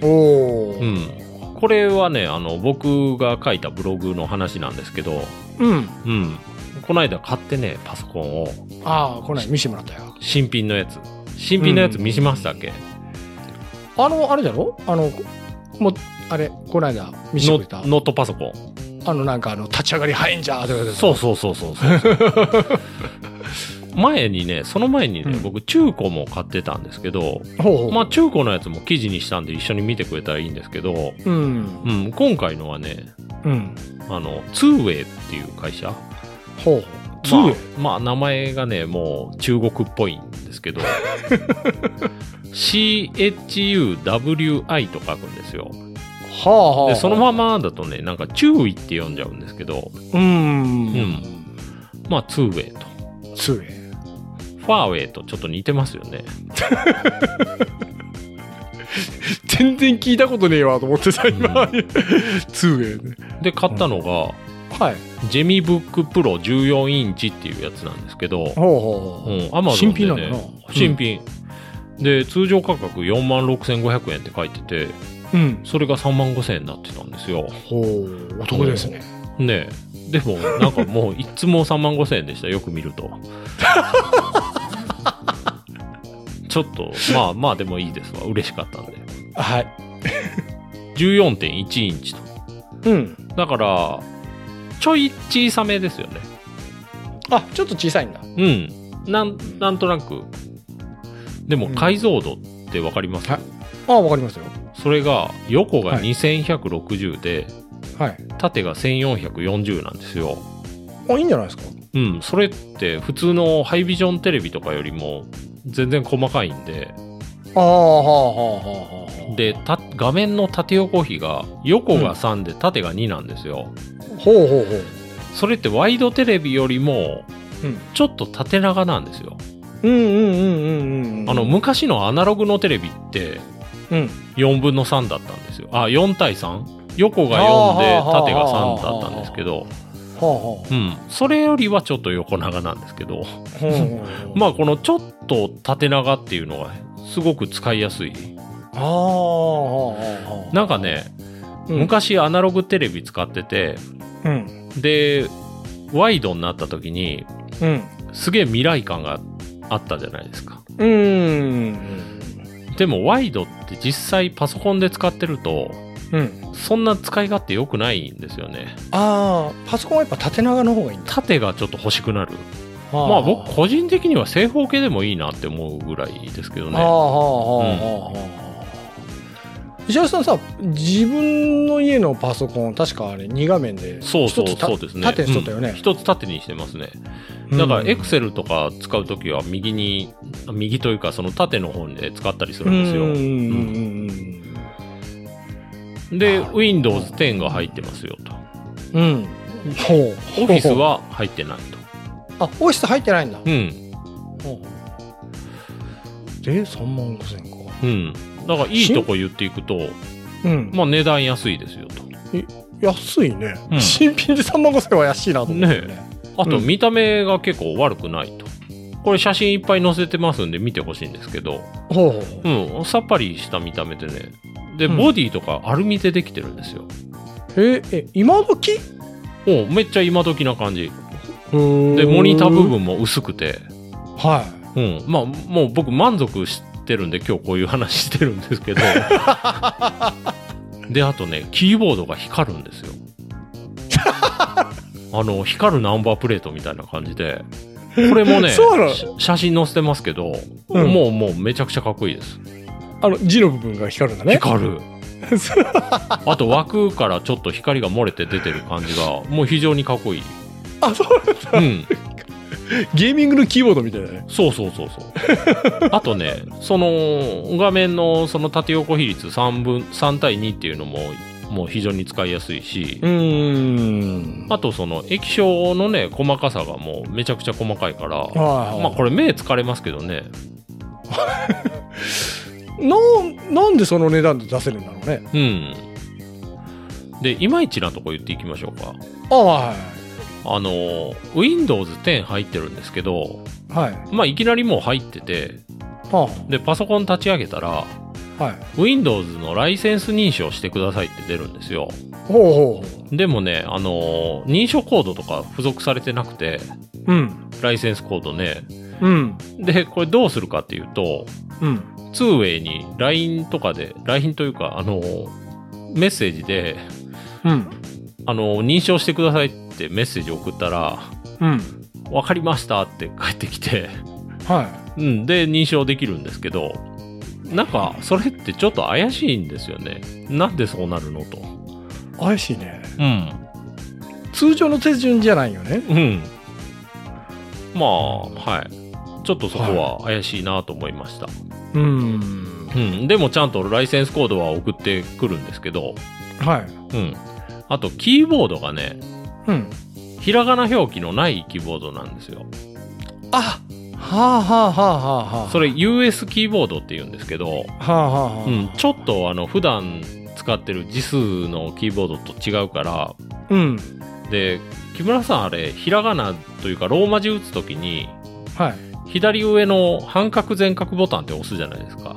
C: と。
B: お
C: う
B: ー。
C: ん。これはね、あの、僕が書いたブログの話なんですけど、
B: うん。
C: うん。こないだ買ってね、パソコンを、
B: ああ、これ見せてもらったよ。
C: 新品のやつ。新品のやつ
B: うん
C: 見しましたっけ、
B: あの、あれだろあの、もう、あれ、こないだ見せて
C: ノ
B: くれた。
C: ノートパソコン。
B: あの、なんか、あの、立ち上がり早いんじゃーとか言ってた
C: そうそうそうそう そう。前にね、その前にね、
B: うん
C: 僕中古も買ってたんですけど、
B: ほうほう。
C: まあ中古のやつも記事にしたんで一緒に見てくれたらいいんですけど、
B: うん。
C: うん、今回のはね、
B: うん。
C: あの、ツーウェイっていう会社。
B: ほう。ツーウェイ
C: まあ、まあ名前がね、もう中国っぽいんで すけど、CHUWI と書くんですよ。
B: はあはあはあ。
C: で、そのままだとね、なんか注意って読んじゃうんですけど、
B: うん。
C: うまあ、ツーウェイと。
B: ツーウェイ。
C: ファーウェイとちょっと似てますよね。
B: 全然聞いたことねえわと思ってさ、今。ツーウェイね。
C: で、買ったのが、
B: はい。
C: ジェミブックプロ14インチっていうやつなんですけど、
B: ほうほう
C: う
B: ほう。
C: ん、アマゾン
B: 新
C: で、
B: 品な
C: ね、
B: んだな。
C: 新品。で、通常価格4万6500円って書いてて、
B: うん。
C: それが3万5000円になってたんですよ。
B: ほう、お得ですね。
C: ねえでも、なん かもう、いつも3万5千円でした。よく見ると。ちょっと、まあまあでもいいですわ。嬉しかったんで。
B: はい。
C: 14.1インチと。
B: うん。
C: だから、ちょい小さめですよね。
B: あ、ちょっと小さいんだ。
C: うん。なん、なんとなく。でも
B: うん
C: 解像度ってわかります、
B: はあ、わかりますよ。
C: それが、横が
B: はい
C: 2160で、
B: はい。
C: 縦が1440なんですよ。
B: あ、いいんじゃないですか。
C: うん。それって普通のハイビジョンテレビとかよりも全然細かいんで、
B: ああ、はあ、はあ、はあ、はあ。
C: で、た画面の縦横比が、横が3で縦が2なんですよ。
B: ほうほうほう。
C: それってワイドテレビよりも
B: うん、
C: ちょっと縦長なんですよ。
B: うんうんうんうんうん。
C: あの、、昔のアナログのテレビって、
B: うん。
C: 4分の3だったんですよ。あ、4対 3? 横が4で
B: あー
C: 縦が3だったんですけど、
B: はあ、は
C: うん。それよりはちょっと横長なんですけ
B: あ。
C: ど、
B: ほうほう ほう
C: まあこのちょっと縦長っていうのがすごく使いやすい。
B: ああ、はあ、はあ。
C: なんかね、
B: うん、
C: 昔アナログテレビ使ってて、
B: うん。
C: で、ワイドになった時に、
B: うん。
C: すげえ未来感があったじゃないですか。
B: うーん。
C: でもワイドって実際パソコンで使ってると、
B: うん。
C: そんな使い勝手良くないんですよね。
B: ああ、パソコンはやっぱ縦長の方がいいんだ。
C: 縦がちょっと欲しくなる。
B: は
C: まあ僕個人的には正方形でもいいなって思うぐらいですけど
B: はあは
C: ね。
B: あはあはあはあ。石橋さんさ、自分の家のパソコン、確かあれ、2画面で、
C: そうそう
B: 一つた
C: そうですね
B: 縦にしとったよね。
C: 一つ縦にしてますね。だからエク
B: ル
C: セルとか使うときは右に、右というかその縦の方で使ったりするんです
B: うんうん
C: よ。で、Windows 10が入ってますよと。
B: うんうんうん。うん。ほう。
C: Office は入ってないと。
B: あ、オフィス入ってないんだ。
C: うん。
B: で、3万5千か。
C: うん。だからいいとこ言っていくと、
B: うん。
C: まあ値段安いですよ
B: 安いね、
C: うん
B: 新品で3万5千は安いなと思って、ね
C: ねと。あと
B: うん
C: 見た目が結構悪くないと。これ写真いっぱい載せてますんで見てほしいんですけど、
B: ほうほうほう
C: うん、さっぱりした見た目でね。で、
B: うん
C: ボディとかアルミでできてるんですよ。
B: ええ今時
C: おうめっちゃ今時な感じ。
B: で
C: で、モニター部分も薄くて、
B: は
C: うん、まあ、もう僕満足してるんで、今日こういう話してるんです けど。で、あとね、キーボードが光るんで すよ。あの、光るナンバープレートみたいな感じで。これもね、
B: そうなの
C: し写真載せてますけど、
B: うん
C: もうもうめちゃくちゃかっこいいです。
B: いあの字の部分が光るんだね
C: 光 る。あと枠からちょっと光が漏れて出てる感じが、もう非常にかっこいい。
B: あそう
C: うん。
B: ゲーミングのキーボードみたいだね
C: そうそうそうそう。 あとね、その画面のその縦横比率3分、3対2っていうのも、もう非常に使いやすいし、
B: ん
C: あとその液晶のね、細かさがもうめちゃくちゃ細かいから、
B: はい
C: まあこれ目疲れますけどね。
B: なんなんでその値段で出せるんだろうね
C: うん。で、いまいちなとこ言っていきましょうか。
B: あは
C: あの、Windows 10入ってるんですけど、
B: いはい
C: まあいきなりもう入ってて、
B: は
C: で、パソコン立ち上げたら、
B: あはい
C: Windows のライセンス認証してくださいって出るんですよ。
B: ほうほうほ
C: でもね、あのー認証コードとか付属されてなくて、
B: ううん
C: ライセンスコードね。
B: うん
C: で、これどうするかっていうと、
B: うん
C: ツーウェイに LINE とかで、LINE というか、あのーメッセージで、
B: うん
C: あのー認証してくださいってメッセージ送ったら、
B: うん
C: わかりましたって返ってきて、
B: は
C: うん、で、認証できるんですけど、なんか、それってちょっと怪しいんですよね。なんでそうなるのと。
B: い怪しいね
C: うん。
B: 通常の手順じゃないよね
C: うん。まあ、はい。ちょっとそこは怪しいなと思いました。
B: うん
C: うん。でもちゃんとライセンスコードは送ってくるんですけど、
B: はい
C: うん。あと、キーボードがね、
B: うん
C: ひらがな表記のないキーボードなんですよ。
B: あはあはあはあはあはあ
C: それ US キーボードって言うんですけど、
B: はあはあはあ
C: うん、ちょっとあの、普段使ってる字数のキーボードと違うから、
B: うん
C: で、木村さんあれ、ひらがなというかローマ字打つときに、
B: はい
C: 左上の半角全角ボタンって押すじゃないですか。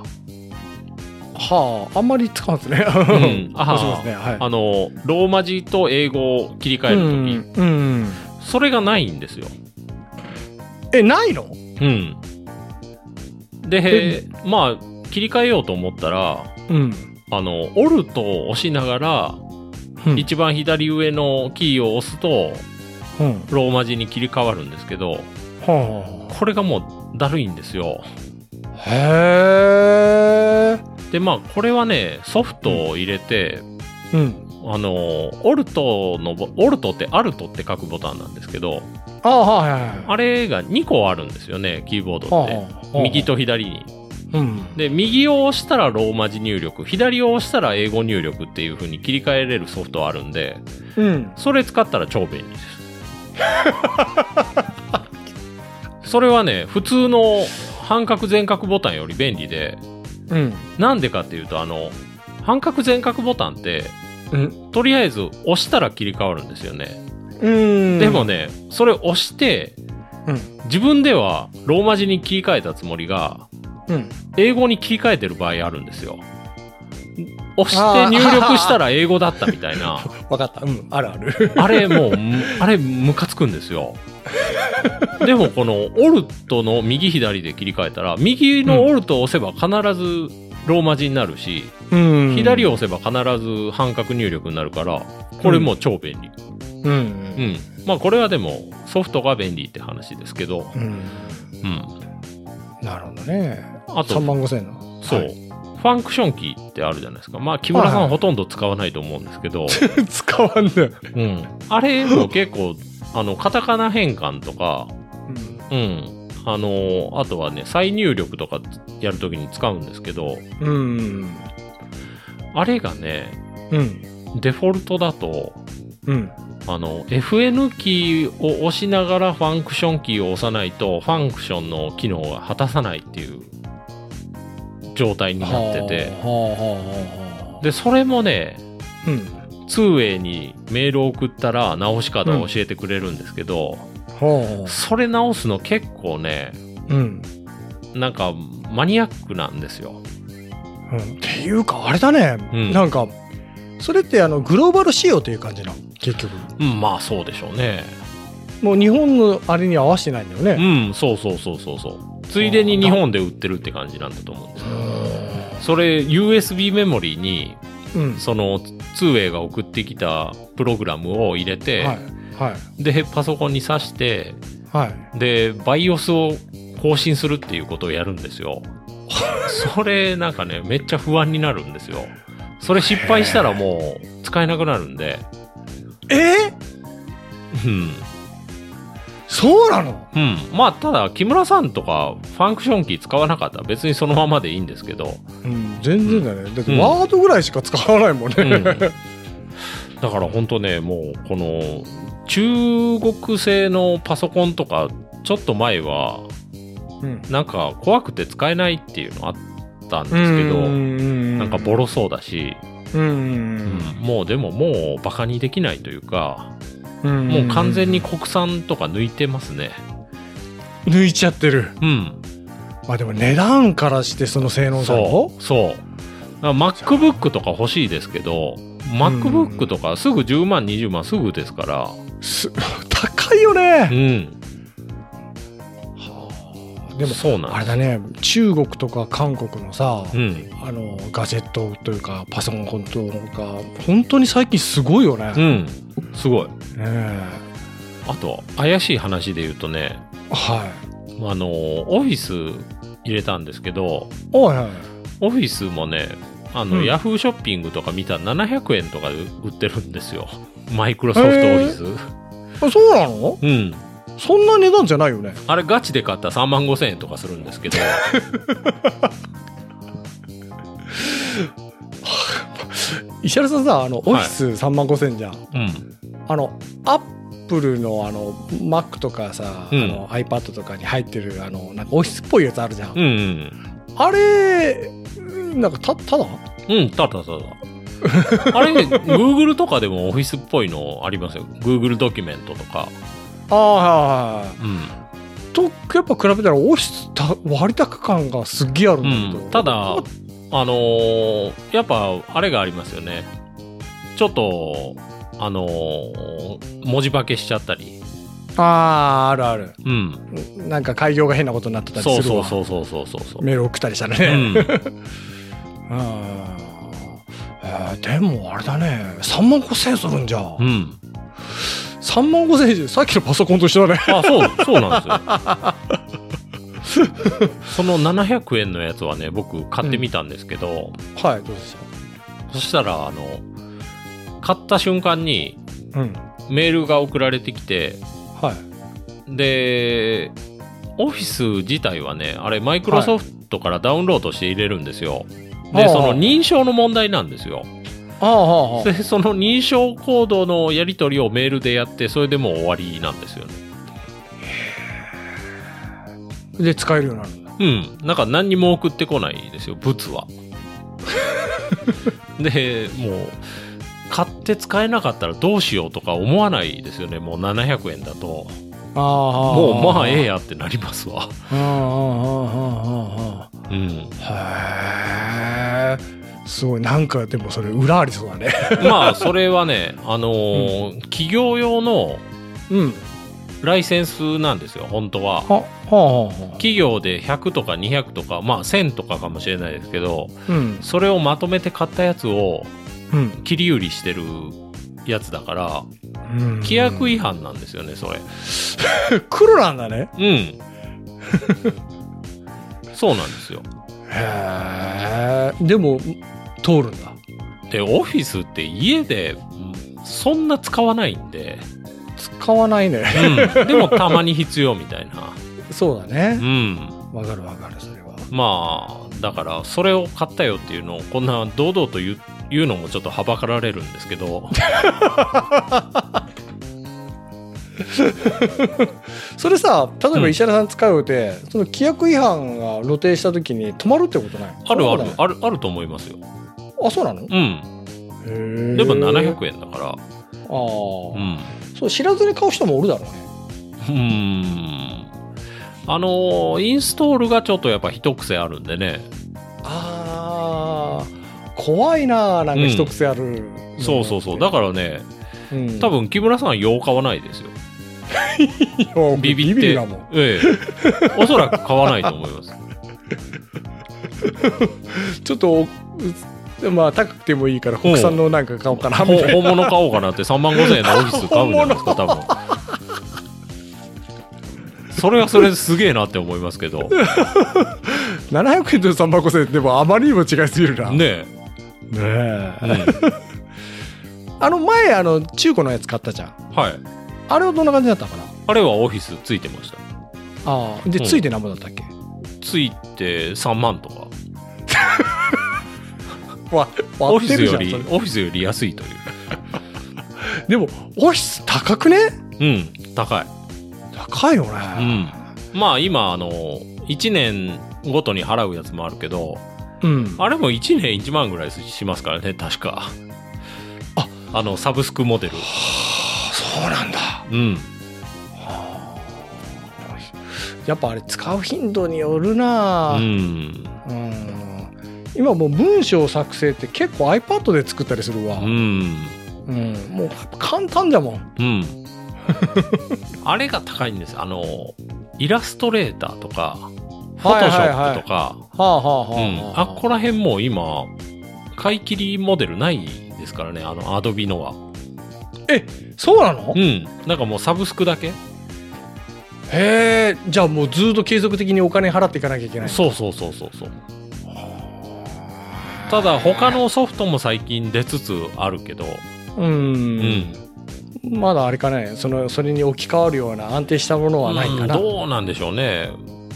B: はああんまり使うんです ね。
C: んあはあ
B: そうですね。はい。
C: あの、ローマ字と英語を切り替えると
B: うんうん
C: き、それがないんですよ。
B: えないの？
C: うん。で、まあ、切り替えようと思ったら、
B: うん。
C: あの、オルトを押しながら、
B: うん
C: 一番左上のキーを押すと、
B: うん。は
C: ローマ字に切り替わるんですけど、
B: あは
C: これがもうだるいんですよ。
B: あ。へえ。
C: で、まあ、これはね、ソフトを入れて、
B: うん。
C: あの、オルトのボ、オルトってアルトって書くボタンなんですけど、
B: ああはいはいはい。
C: あれが2個あるんですよね、キーボー
B: は
C: ド
B: あ
C: っ
B: は
C: て。
B: あはあ
C: 右。と左に。
B: うん。
C: で、右を押したらローマ字入力、左を押したら英語入力っていう風に切り替えれるソフトあるんで、
B: うん。
C: それ使ったら超便利 です。それはね、普通の半角全角ボタンより便利で、
B: うん。
C: なんでかっていうと、あの、半角全角ボタンって、
B: うん。
C: とりあえず押したら切り替わるんですよね。
B: うん。
C: でも。ね、それ押して、
B: うん。
C: 自分ではローマ字に切り替えたつもりが、
B: うん。
C: 英語に切り替えてる場合あるんですよ。押し
B: あー
C: て入力したら英語だったみた いな。
B: わかった。うん。あるある。
C: あれもう、むあれムカつくんですよ。でもこのオルトの右左で切り替えたら、右のオルトを押せば必ずローマ字になるし、
B: うん
C: 左
B: を。
C: を押せば必ず半角入力になるから、これもう超便利。
B: う。
C: うんん。まあこれはでもソフトが便利って話ですけど、
B: うん。
C: うん。
B: なるほどね。
C: あと
B: 三、万五千円の。
C: そう。
B: はい。
C: ファンクションキーってあるじゃないですか。まあ、木村さ
B: はいはい
C: んほとんど使わないと思うんですけど、
B: 使わんね。
C: うん。あれも結構、あの、カタカナ変換とか、うん。あのーあとはね、再入力とかやるときに使うんですけど、
B: うん。
C: あれがね、
B: うん。
C: デフォルトだと、
B: うん。
C: あの、FN キーを押しながらファンクションキーを押さないと、ファンクションの機能が果たさないっていう状態になってて、
B: はあはあはあはあ。
C: で、それもね、
B: うん。
C: ツーウェイにメールを送ったら直し方を教えてくれるんですけど、
B: は
C: それ直すの結構ね、
B: あ。うん。
C: なんかマニアックなんですよ。
B: うんっていうかあれだね、
C: うん
B: なんかそれってあのグローバル仕様という感じなの結局
C: うんまあそうでしょうね。
B: もう日本のあれに合わせてないんだよ
C: う
B: ね、
C: ん、そうそうそうそうそう。ついでに日本で売ってるって感じなんだと思うんですよ。それ、USB メモリーに、
B: うん
C: その、ツーウェイが送ってきたプログラムを入れて、
B: はいはい
C: で、パソコンに挿して、
B: はい
C: で、BIOS を更新するっていうことをやるんですよ。それ、なんかね、めっちゃ不安になるんですよ。それ失敗したらもう使えなくなるんで。
B: えー、
C: うん。
B: そうなの
C: うん。まあ、ただ、木村さんとか、ファンクションキー使わなかったら別にそのままでいいんですけど。
B: うん全然だねだっ
C: う
B: て
C: ん
B: ワードぐらいしか使わないもんね、
C: うん、だから本当ね、もう、この、中国製のパソコンとか、ちょっと前は、
B: うん
C: なんか怖くて使えないっていうのあったん
B: う
C: ですけど、
B: ん
C: なんかボロそうだし、
B: うん
C: もうでももうバカにできないというか、
B: うん
C: もう完全に国産とか抜いてますね。
B: 抜いちゃってる
C: うん。
B: まあでも値段からしてその性能差を
C: そう。そう。だから MacBook とか欲しいですけど、MacBook とかすぐ10万、20万すぐですから、
B: す 高いよ
C: う
B: ね、
C: ん。
B: でも
C: そうなん
B: あれだね中国とか韓国のさ、
C: うん。
B: あのガジェットというかパソコンとか本当に最近すごいよね。
C: う
B: ね
C: ん。すごい。
B: え
C: あと、怪しい話で言うとね、
B: はい。
C: あの、オフィス入れたんですけど、
B: おいはい。
C: オフィスもね、あの、
B: うん
C: ヤフーショッピングとか見たら700円とかで売ってるんですよ。マイクロソフトオフィス。
B: あそうなの
C: うん。
B: そんな値段じゃないよね。
C: あれガチで買ったら3万5千円とかするんで すけど、
B: 石原さんさあのオフィス3万5千じゃん。
C: うん。
B: あのアップルのあの Mac とかさ、
C: うん
B: あの iPad とかに入ってるあのなんかオフィスっぽいやつあるじゃん。
C: うんうん。
B: あれなんかたただ
C: うん、ただただ。 あれ、Google とかでもオフィスっぽいのありますよ。Google ドキュメントとか。
B: ああはいはいはい。
C: う
B: とやっぱ比べたらオフィスた割高感がすっげえある
C: ん。
B: んだ
C: う
B: けど。
C: ん。ただ、あのーやっぱ、あれがありますよね。ちょっと、あのー文字化けしちゃったり。
B: あーあるある
C: うん。
B: なんか開業が変なことになってたりする
C: そ
B: わ
C: うそうそうそうそうそうそう。
B: メール送ったりしたら
C: う
B: ね、
C: ん。
B: うん、えーでもあれだね3万5000円するんじゃん
C: うん。
B: 3万5000円じゃさっきのパソコンと一緒だね
C: あ、そう、そうなんですよ。その700円のやつはね、僕買ってみたんですけど、
B: はいどうでし
C: そしたら、あの、買った瞬間に
B: たうん
C: メールが送られてきて、
B: はい
C: で、オフィス自体はね、あれ、マイクロソフトからダウンロードして入れるんですよ。
B: あ
C: で、
B: あ
C: その認証の問題なんですよ。
B: あああ
C: で、その認証コードのやり取りをメールでやって、それでもう終わりなんですよね。
B: あで使えるようになるんだ
C: うん。なんか何にも送ってこないですよ、ブツは。で、もう、買って使えなかったらどうしようとか思わないですよね、もう700円だと。
B: ああ
C: もう、まあ、ええやってなりますわ。
B: うんうんうんうんうんうん
C: うん。
B: へえすごいなんかでもそれ裏ありそうだね
C: まあ、それはね、あのー企業用の
B: うん
C: ライセンスなんですよ、本当は。
B: はははは
C: 企業で100とか200とか、まあ1000とかかもしれないですけど、
B: うん
C: それをまとめて買ったやつを
B: うん
C: 切り売りしてるやつだから、
B: うん
C: 規約違反なんですよね、それ。
B: 黒なんだね
C: うん。 そうなんですよ。
B: へえでも通るんだ
C: で、オフィスって家で、うんそんな使わないんで、
B: 使わないね
C: うん。でもたまに必要みたいな。
B: そうだ
C: う
B: ね
C: ん。
B: わかるわかるそれは
C: まあだからそれを買ったよっていうのをこんな堂々と言う言うのもちょっとはばかられるんですけど
B: それさ例え
C: う
B: ば
C: ん
B: 石原さん使う予定、その規約違反が露呈した時に止まるってことない
C: ある
B: そ
C: ある
B: うだね
C: あるあると思いますよ
B: あそうなの
C: うん
B: へ
C: でも
B: 円
C: 700円だから
B: ああ、
C: うん
B: そう知らずに買う人もおるだろうね
C: うーんあのーインストールがちょっとやっぱ一癖あるんでね
B: ああ怖いななんか一癖ある、
C: そうそうそうだからね
B: ら、うん
C: 多分木村さんは8日はないですよ
B: いや
C: ビビって
B: ビだもん
C: ええ おそらく買わないと思います
B: ちょっとうまあ高くてもいいから国産のなんか買おうかな
C: ほ
B: みたいな
C: 本物買おうかなって3万5000円のオフィス買うんじゃないですか多分それはそれですげえなって思いますけどね
B: 700円と3万5000円でもあまりにも違いすぎるなね
C: え、う
B: え
C: ん
B: あの前あの中古のやつ買ったじゃん
C: はい
B: あれはどんな感じだったかな
C: あれはオフィスついてました
B: ああで
C: うん
B: ついてなんぼだったっけ、
C: ついて3万とか
B: わ
C: オ
B: 割
C: フ
B: って
C: ィス
B: るじゃ
C: よ
B: ん
C: りオフィスより安いとい
B: それでもオフィス高くね
C: ううん高い
B: 高いよね、
C: うんまあ今あの1年ごとに払うやつもあるけど
B: うん
C: あれも1年1万ぐらいしますからね確か
B: あ
C: あのサブスクモデル
B: あそうなんだ
C: うん
B: やっぱあれ使う頻度によるな
C: うん
B: うん今もう文章作成って結構 iPad で作ったりするわ、
C: うん
B: うんもう簡単じゃもん
C: うん。 あれが高いんです。あの、イラストレーターとか、フォトショップとか、
B: はあはあ
C: う
B: は
C: ん。あ、ここら辺もう今、買い切りモデルないですからね、あの、アドビのは。
B: そうなの
C: う
B: へ
C: ん。なんかもうサブスクだけ
B: えじゃあもうずっと継続的にお金払っていかなきゃいけない
C: そうそうそうそうそう。ただ、他のソフトも最近出つつあるけど、
B: う、。
C: うん
B: まだあれかねそのそれに置き換わるような安定したものはないかな、
C: うんどうなんでしょうね。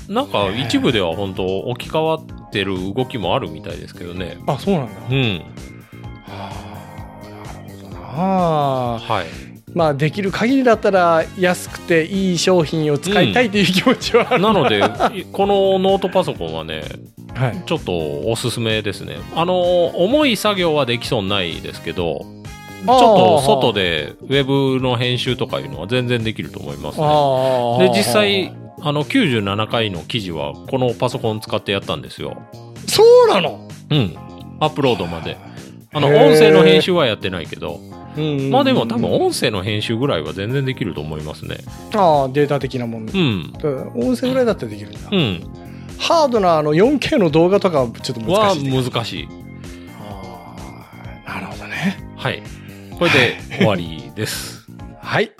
C: なんか一部では本当置き換わってる動きもあるみたいですけどね。
B: あそうなんだ、
C: うん。
B: はあなるほどな
C: はい。
B: まあできる限りだったら安くていい商品を使いたいという気持ちはある、
C: なので、このノートパソコンはね、
B: はい、
C: ちょっとおすすめですね。あの、重い作業はできそうにないですけど、ちょっと外でウェブの編集とかいうのは全然できると思いますね。
B: ああ
C: で、実際、あの、97回の記事はこのパソコン使ってやったんですよ。
B: そうなの
C: うん。アップロードまで。あの、
B: へー
C: 音声の編集はやってないけど、
B: うん
C: まあでも多分音声の編集ぐらいは全然できると思いますね。
B: ああデータ的なもん、ね
C: うん。
B: 音声ぐらいだったらできるんだ、
C: うん。
B: ハードなあの 4K の動画とかはちょっと難
C: は
B: しいね
C: 難しい。
B: ああなるほどね
C: はい。これ で終わりです。
B: はい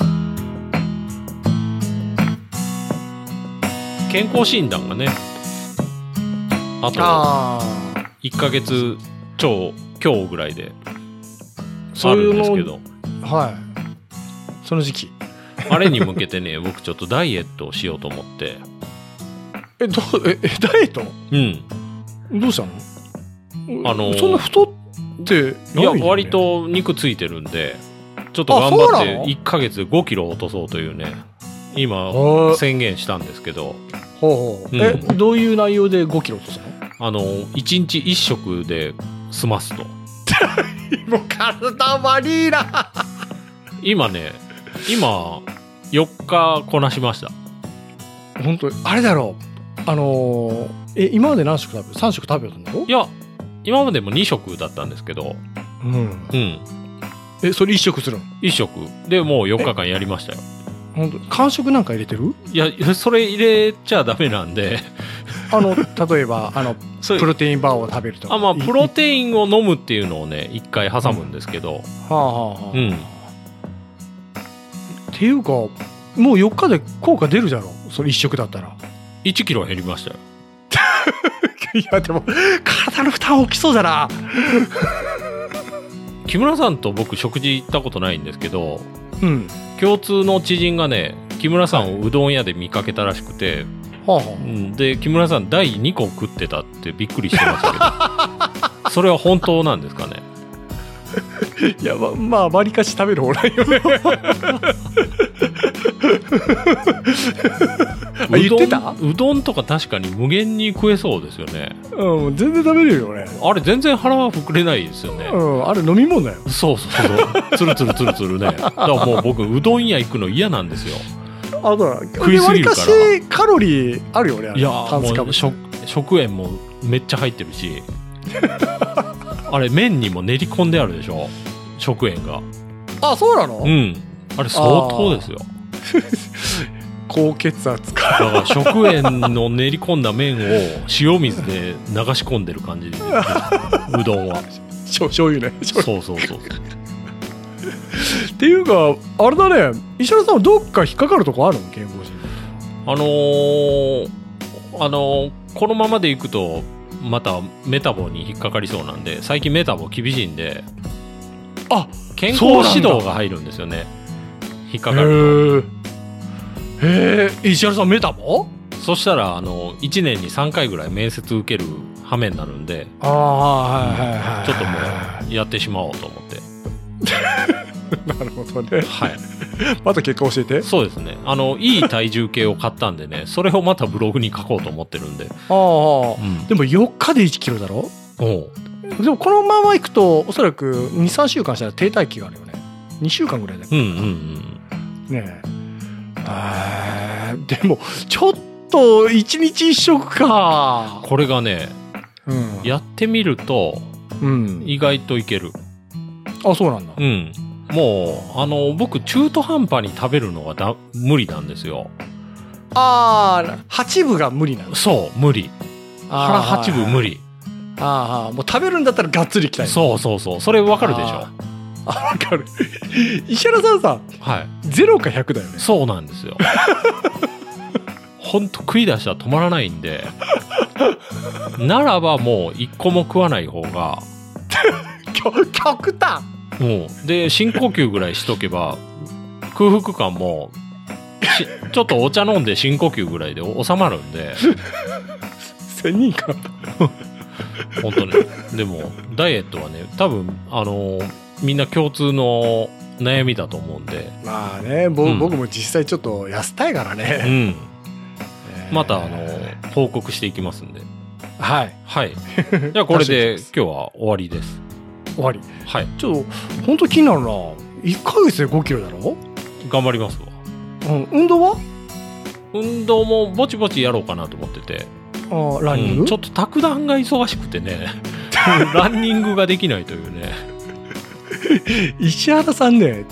C: 健康診断がね、あと
B: ああ
C: 1ヶ月超、今日ぐらいで、あるんですけど、
B: はいその時期
C: あれに向けてね、 僕ちょっとダイエットをしようと思って、
B: えどうええダイエット
C: うん。
B: どうしたの
C: あのー
B: そんな太って
C: い
B: ない
C: や、
B: よね
C: 割と肉ついてるんで、ちょっと
B: あ
C: 頑
B: そうな
C: 張
B: の
C: って1ヶ月で5キロ落とそうというね、今、
B: ほう
C: 宣言したんですけど、
B: ほうほう
C: うん
B: えどういう内容で5キロ落とすの
C: あの、1日1食で済ますと。
B: もう体悪いな
C: 今ね、今、4日こなしました。
B: 本当あれだろうあのーえ今まで何食食べる3食食べたんだろ
C: いや、今までも2食だったんですけど、
B: うん
C: うん、
B: えそれ1食するの
C: 1食でもう4日間やりましたよ。
B: 本当間食なんか入れてる
C: いや、それ入れちゃダメなんで、
B: あの例えばあの
C: そ
B: プロテインバーを食べるとか
C: あまあ、プ
B: い
C: ロテインを飲むっていうのをね、1回挟むんですけど、
B: はあはあはあ、
C: う
B: っ
C: ん
B: ていうかもう4日で効果出るじゃろそれ1食だったら
C: 1キロ減りましたよ。
B: いやでも体の負担大きそうだな
C: 木村さんと僕食事行ったことないんですけど
B: うん
C: 共通の知人がね木村さんをうどん屋で見かけたらしくて、
B: はあは
C: う
B: あ
C: んで木村さん第2個食ってたってびっくりしてました けどそれは本当なんですかね
B: いやままあわりかし食べる方ないよねあ言ってた
C: うどんうどんとか確かに無限に食えそうですよね
B: うん全然食べれるよね
C: あれ全然腹は膨れないですよね、
B: うんあれ飲み物だよ
C: そうそうそうつるつるつるつるねだからもう僕うどん屋行くの嫌なんですよ
B: あとは
C: 食いすぎるから
B: わりかしカロリーあるよねあれ
C: いや
B: 炭水
C: ー
B: 化
C: もう
B: 物
C: 食食塩もめっちゃ入って るしあれ麺にも練り込んであるでしょ食塩が
B: あそうなの、
C: うんあれ相当ですよ
B: 高血圧か
C: だから食塩の練り込んだ麺を塩水で流し込んでる感じですうどんは
B: しょ醤油ね醤油
C: そうそうそう
B: っていうかあれだね石原さんはどっか引っかかるとこあるの健康診
C: あのーあのーこのままでいくとまたメタボに引っかかりそうなんで最近メタボ厳しいんで
B: あ
C: 健康
B: そうなんだ
C: 指導が入るんですよね引っかかる
B: へえへえ石原さんメタボ
C: そしたら、あの、1年に3回ぐらい面接受ける羽目になるんで、
B: ああはいはいはい
C: ちょっともう、やってしまおうと思って。
B: なるほどね
C: はい。
B: また結果教えて
C: そうですね。あの、いい体重計を買ったんでね、それをまたブログに書こうと思ってるんで。
B: ああ
C: うん。
B: でも4日で1キロだろ
C: おう
B: でもこのままいくとおそらく23週間したら停滞期があるよね2週間ぐらいだよ
C: うんうんうん。
B: ねええーでもちょっと1日1食か
C: これがね、
B: うん
C: やってみると、
B: うん
C: 意外といける。
B: あそうなんだ
C: うん。もう、あの、僕、中途半端に食べるのがだ無理なんですよ。
B: ああ八部が無理なの
C: そう、無理。腹八分無
B: 理
C: 理。
B: ああもう食べるんだったらがっつりいきたいね
C: そうそうそう。それわかるでしょ
B: あ。あわかる 石原さんさ
C: はい。
B: 0か100だよね
C: そうなんですよ。ほんと食い出したら止まらないんで。ならばもう一個も食わない方が、
B: 極極端
C: もう、で、深呼吸ぐらいしとけば、空腹感も、しちょっとお茶飲んで深呼吸ぐらいで収まるんで、
B: 1000人か
C: 本当ね。でも、ダイエットはね、多分、あのみんな共通の悩みだと思うんで、
B: まあねぼ、
C: うん
B: 僕も実際ちょっと痩せたいから
C: う
B: ね、
C: ん。
B: えー
C: また、あの報告していきますんで。
B: はい
C: はい。じゃあ、これで今日は終わりです。
B: 終わり
C: はい。
B: ちょっと本当気になるな1ヶ月で5キロだろ、
C: 頑張りますわ
B: うん、運動は
C: 運動もぼちぼちやろうかなと思ってて、
B: あーランニング、
C: うんちょっと卓談が忙しくてねランニングができないというね。
B: 石原さんね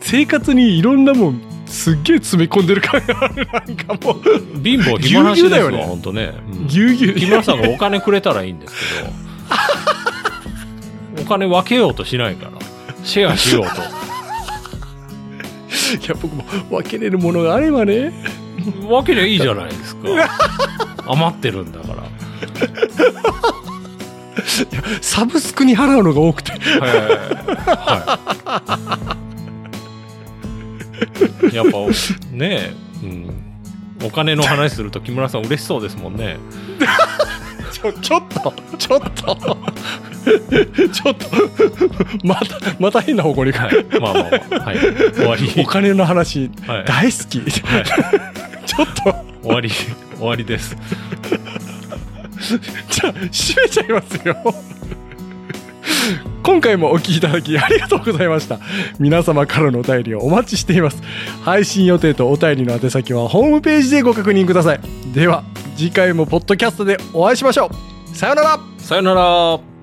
B: 生活にいろんなもんすっげえ詰め込んでる感があるなんかもう
C: 貧乏暇なし
B: ぎゅうぎゅ
C: です
B: うだよ
C: よ、
B: ね
C: ほんとね。うん
B: ぎゅうぎゅう
C: 木村さんがお金くれたらいいんです けど、お金分けようとしないから、シェアしようと。
B: いや僕も分けれるものがあればね
C: 分けりゃいいじゃないです か。余ってるんだから。
B: サブスクに払うのが多くて
C: はい。やっぱ、ねえ、うん、お金の話すると木村さん嬉しそうですもんね。
B: ちょちょっとちょっと ちょっと またまた変な方向に行く、
C: はい。まあまあまあ。はい。終わり。
B: お金の話、
C: はい
B: 大好き、 ちょっと
C: 終わり。終わりです。
B: じゃあ閉めちゃいますよ 今回もお聞きいただきありがとうございました皆様からのお便りをお待ちしています配信予定とお便りの宛先はホームページでご確認くださいでは次回もポッドキャストでお会いしましょうさようなら
C: さよなら。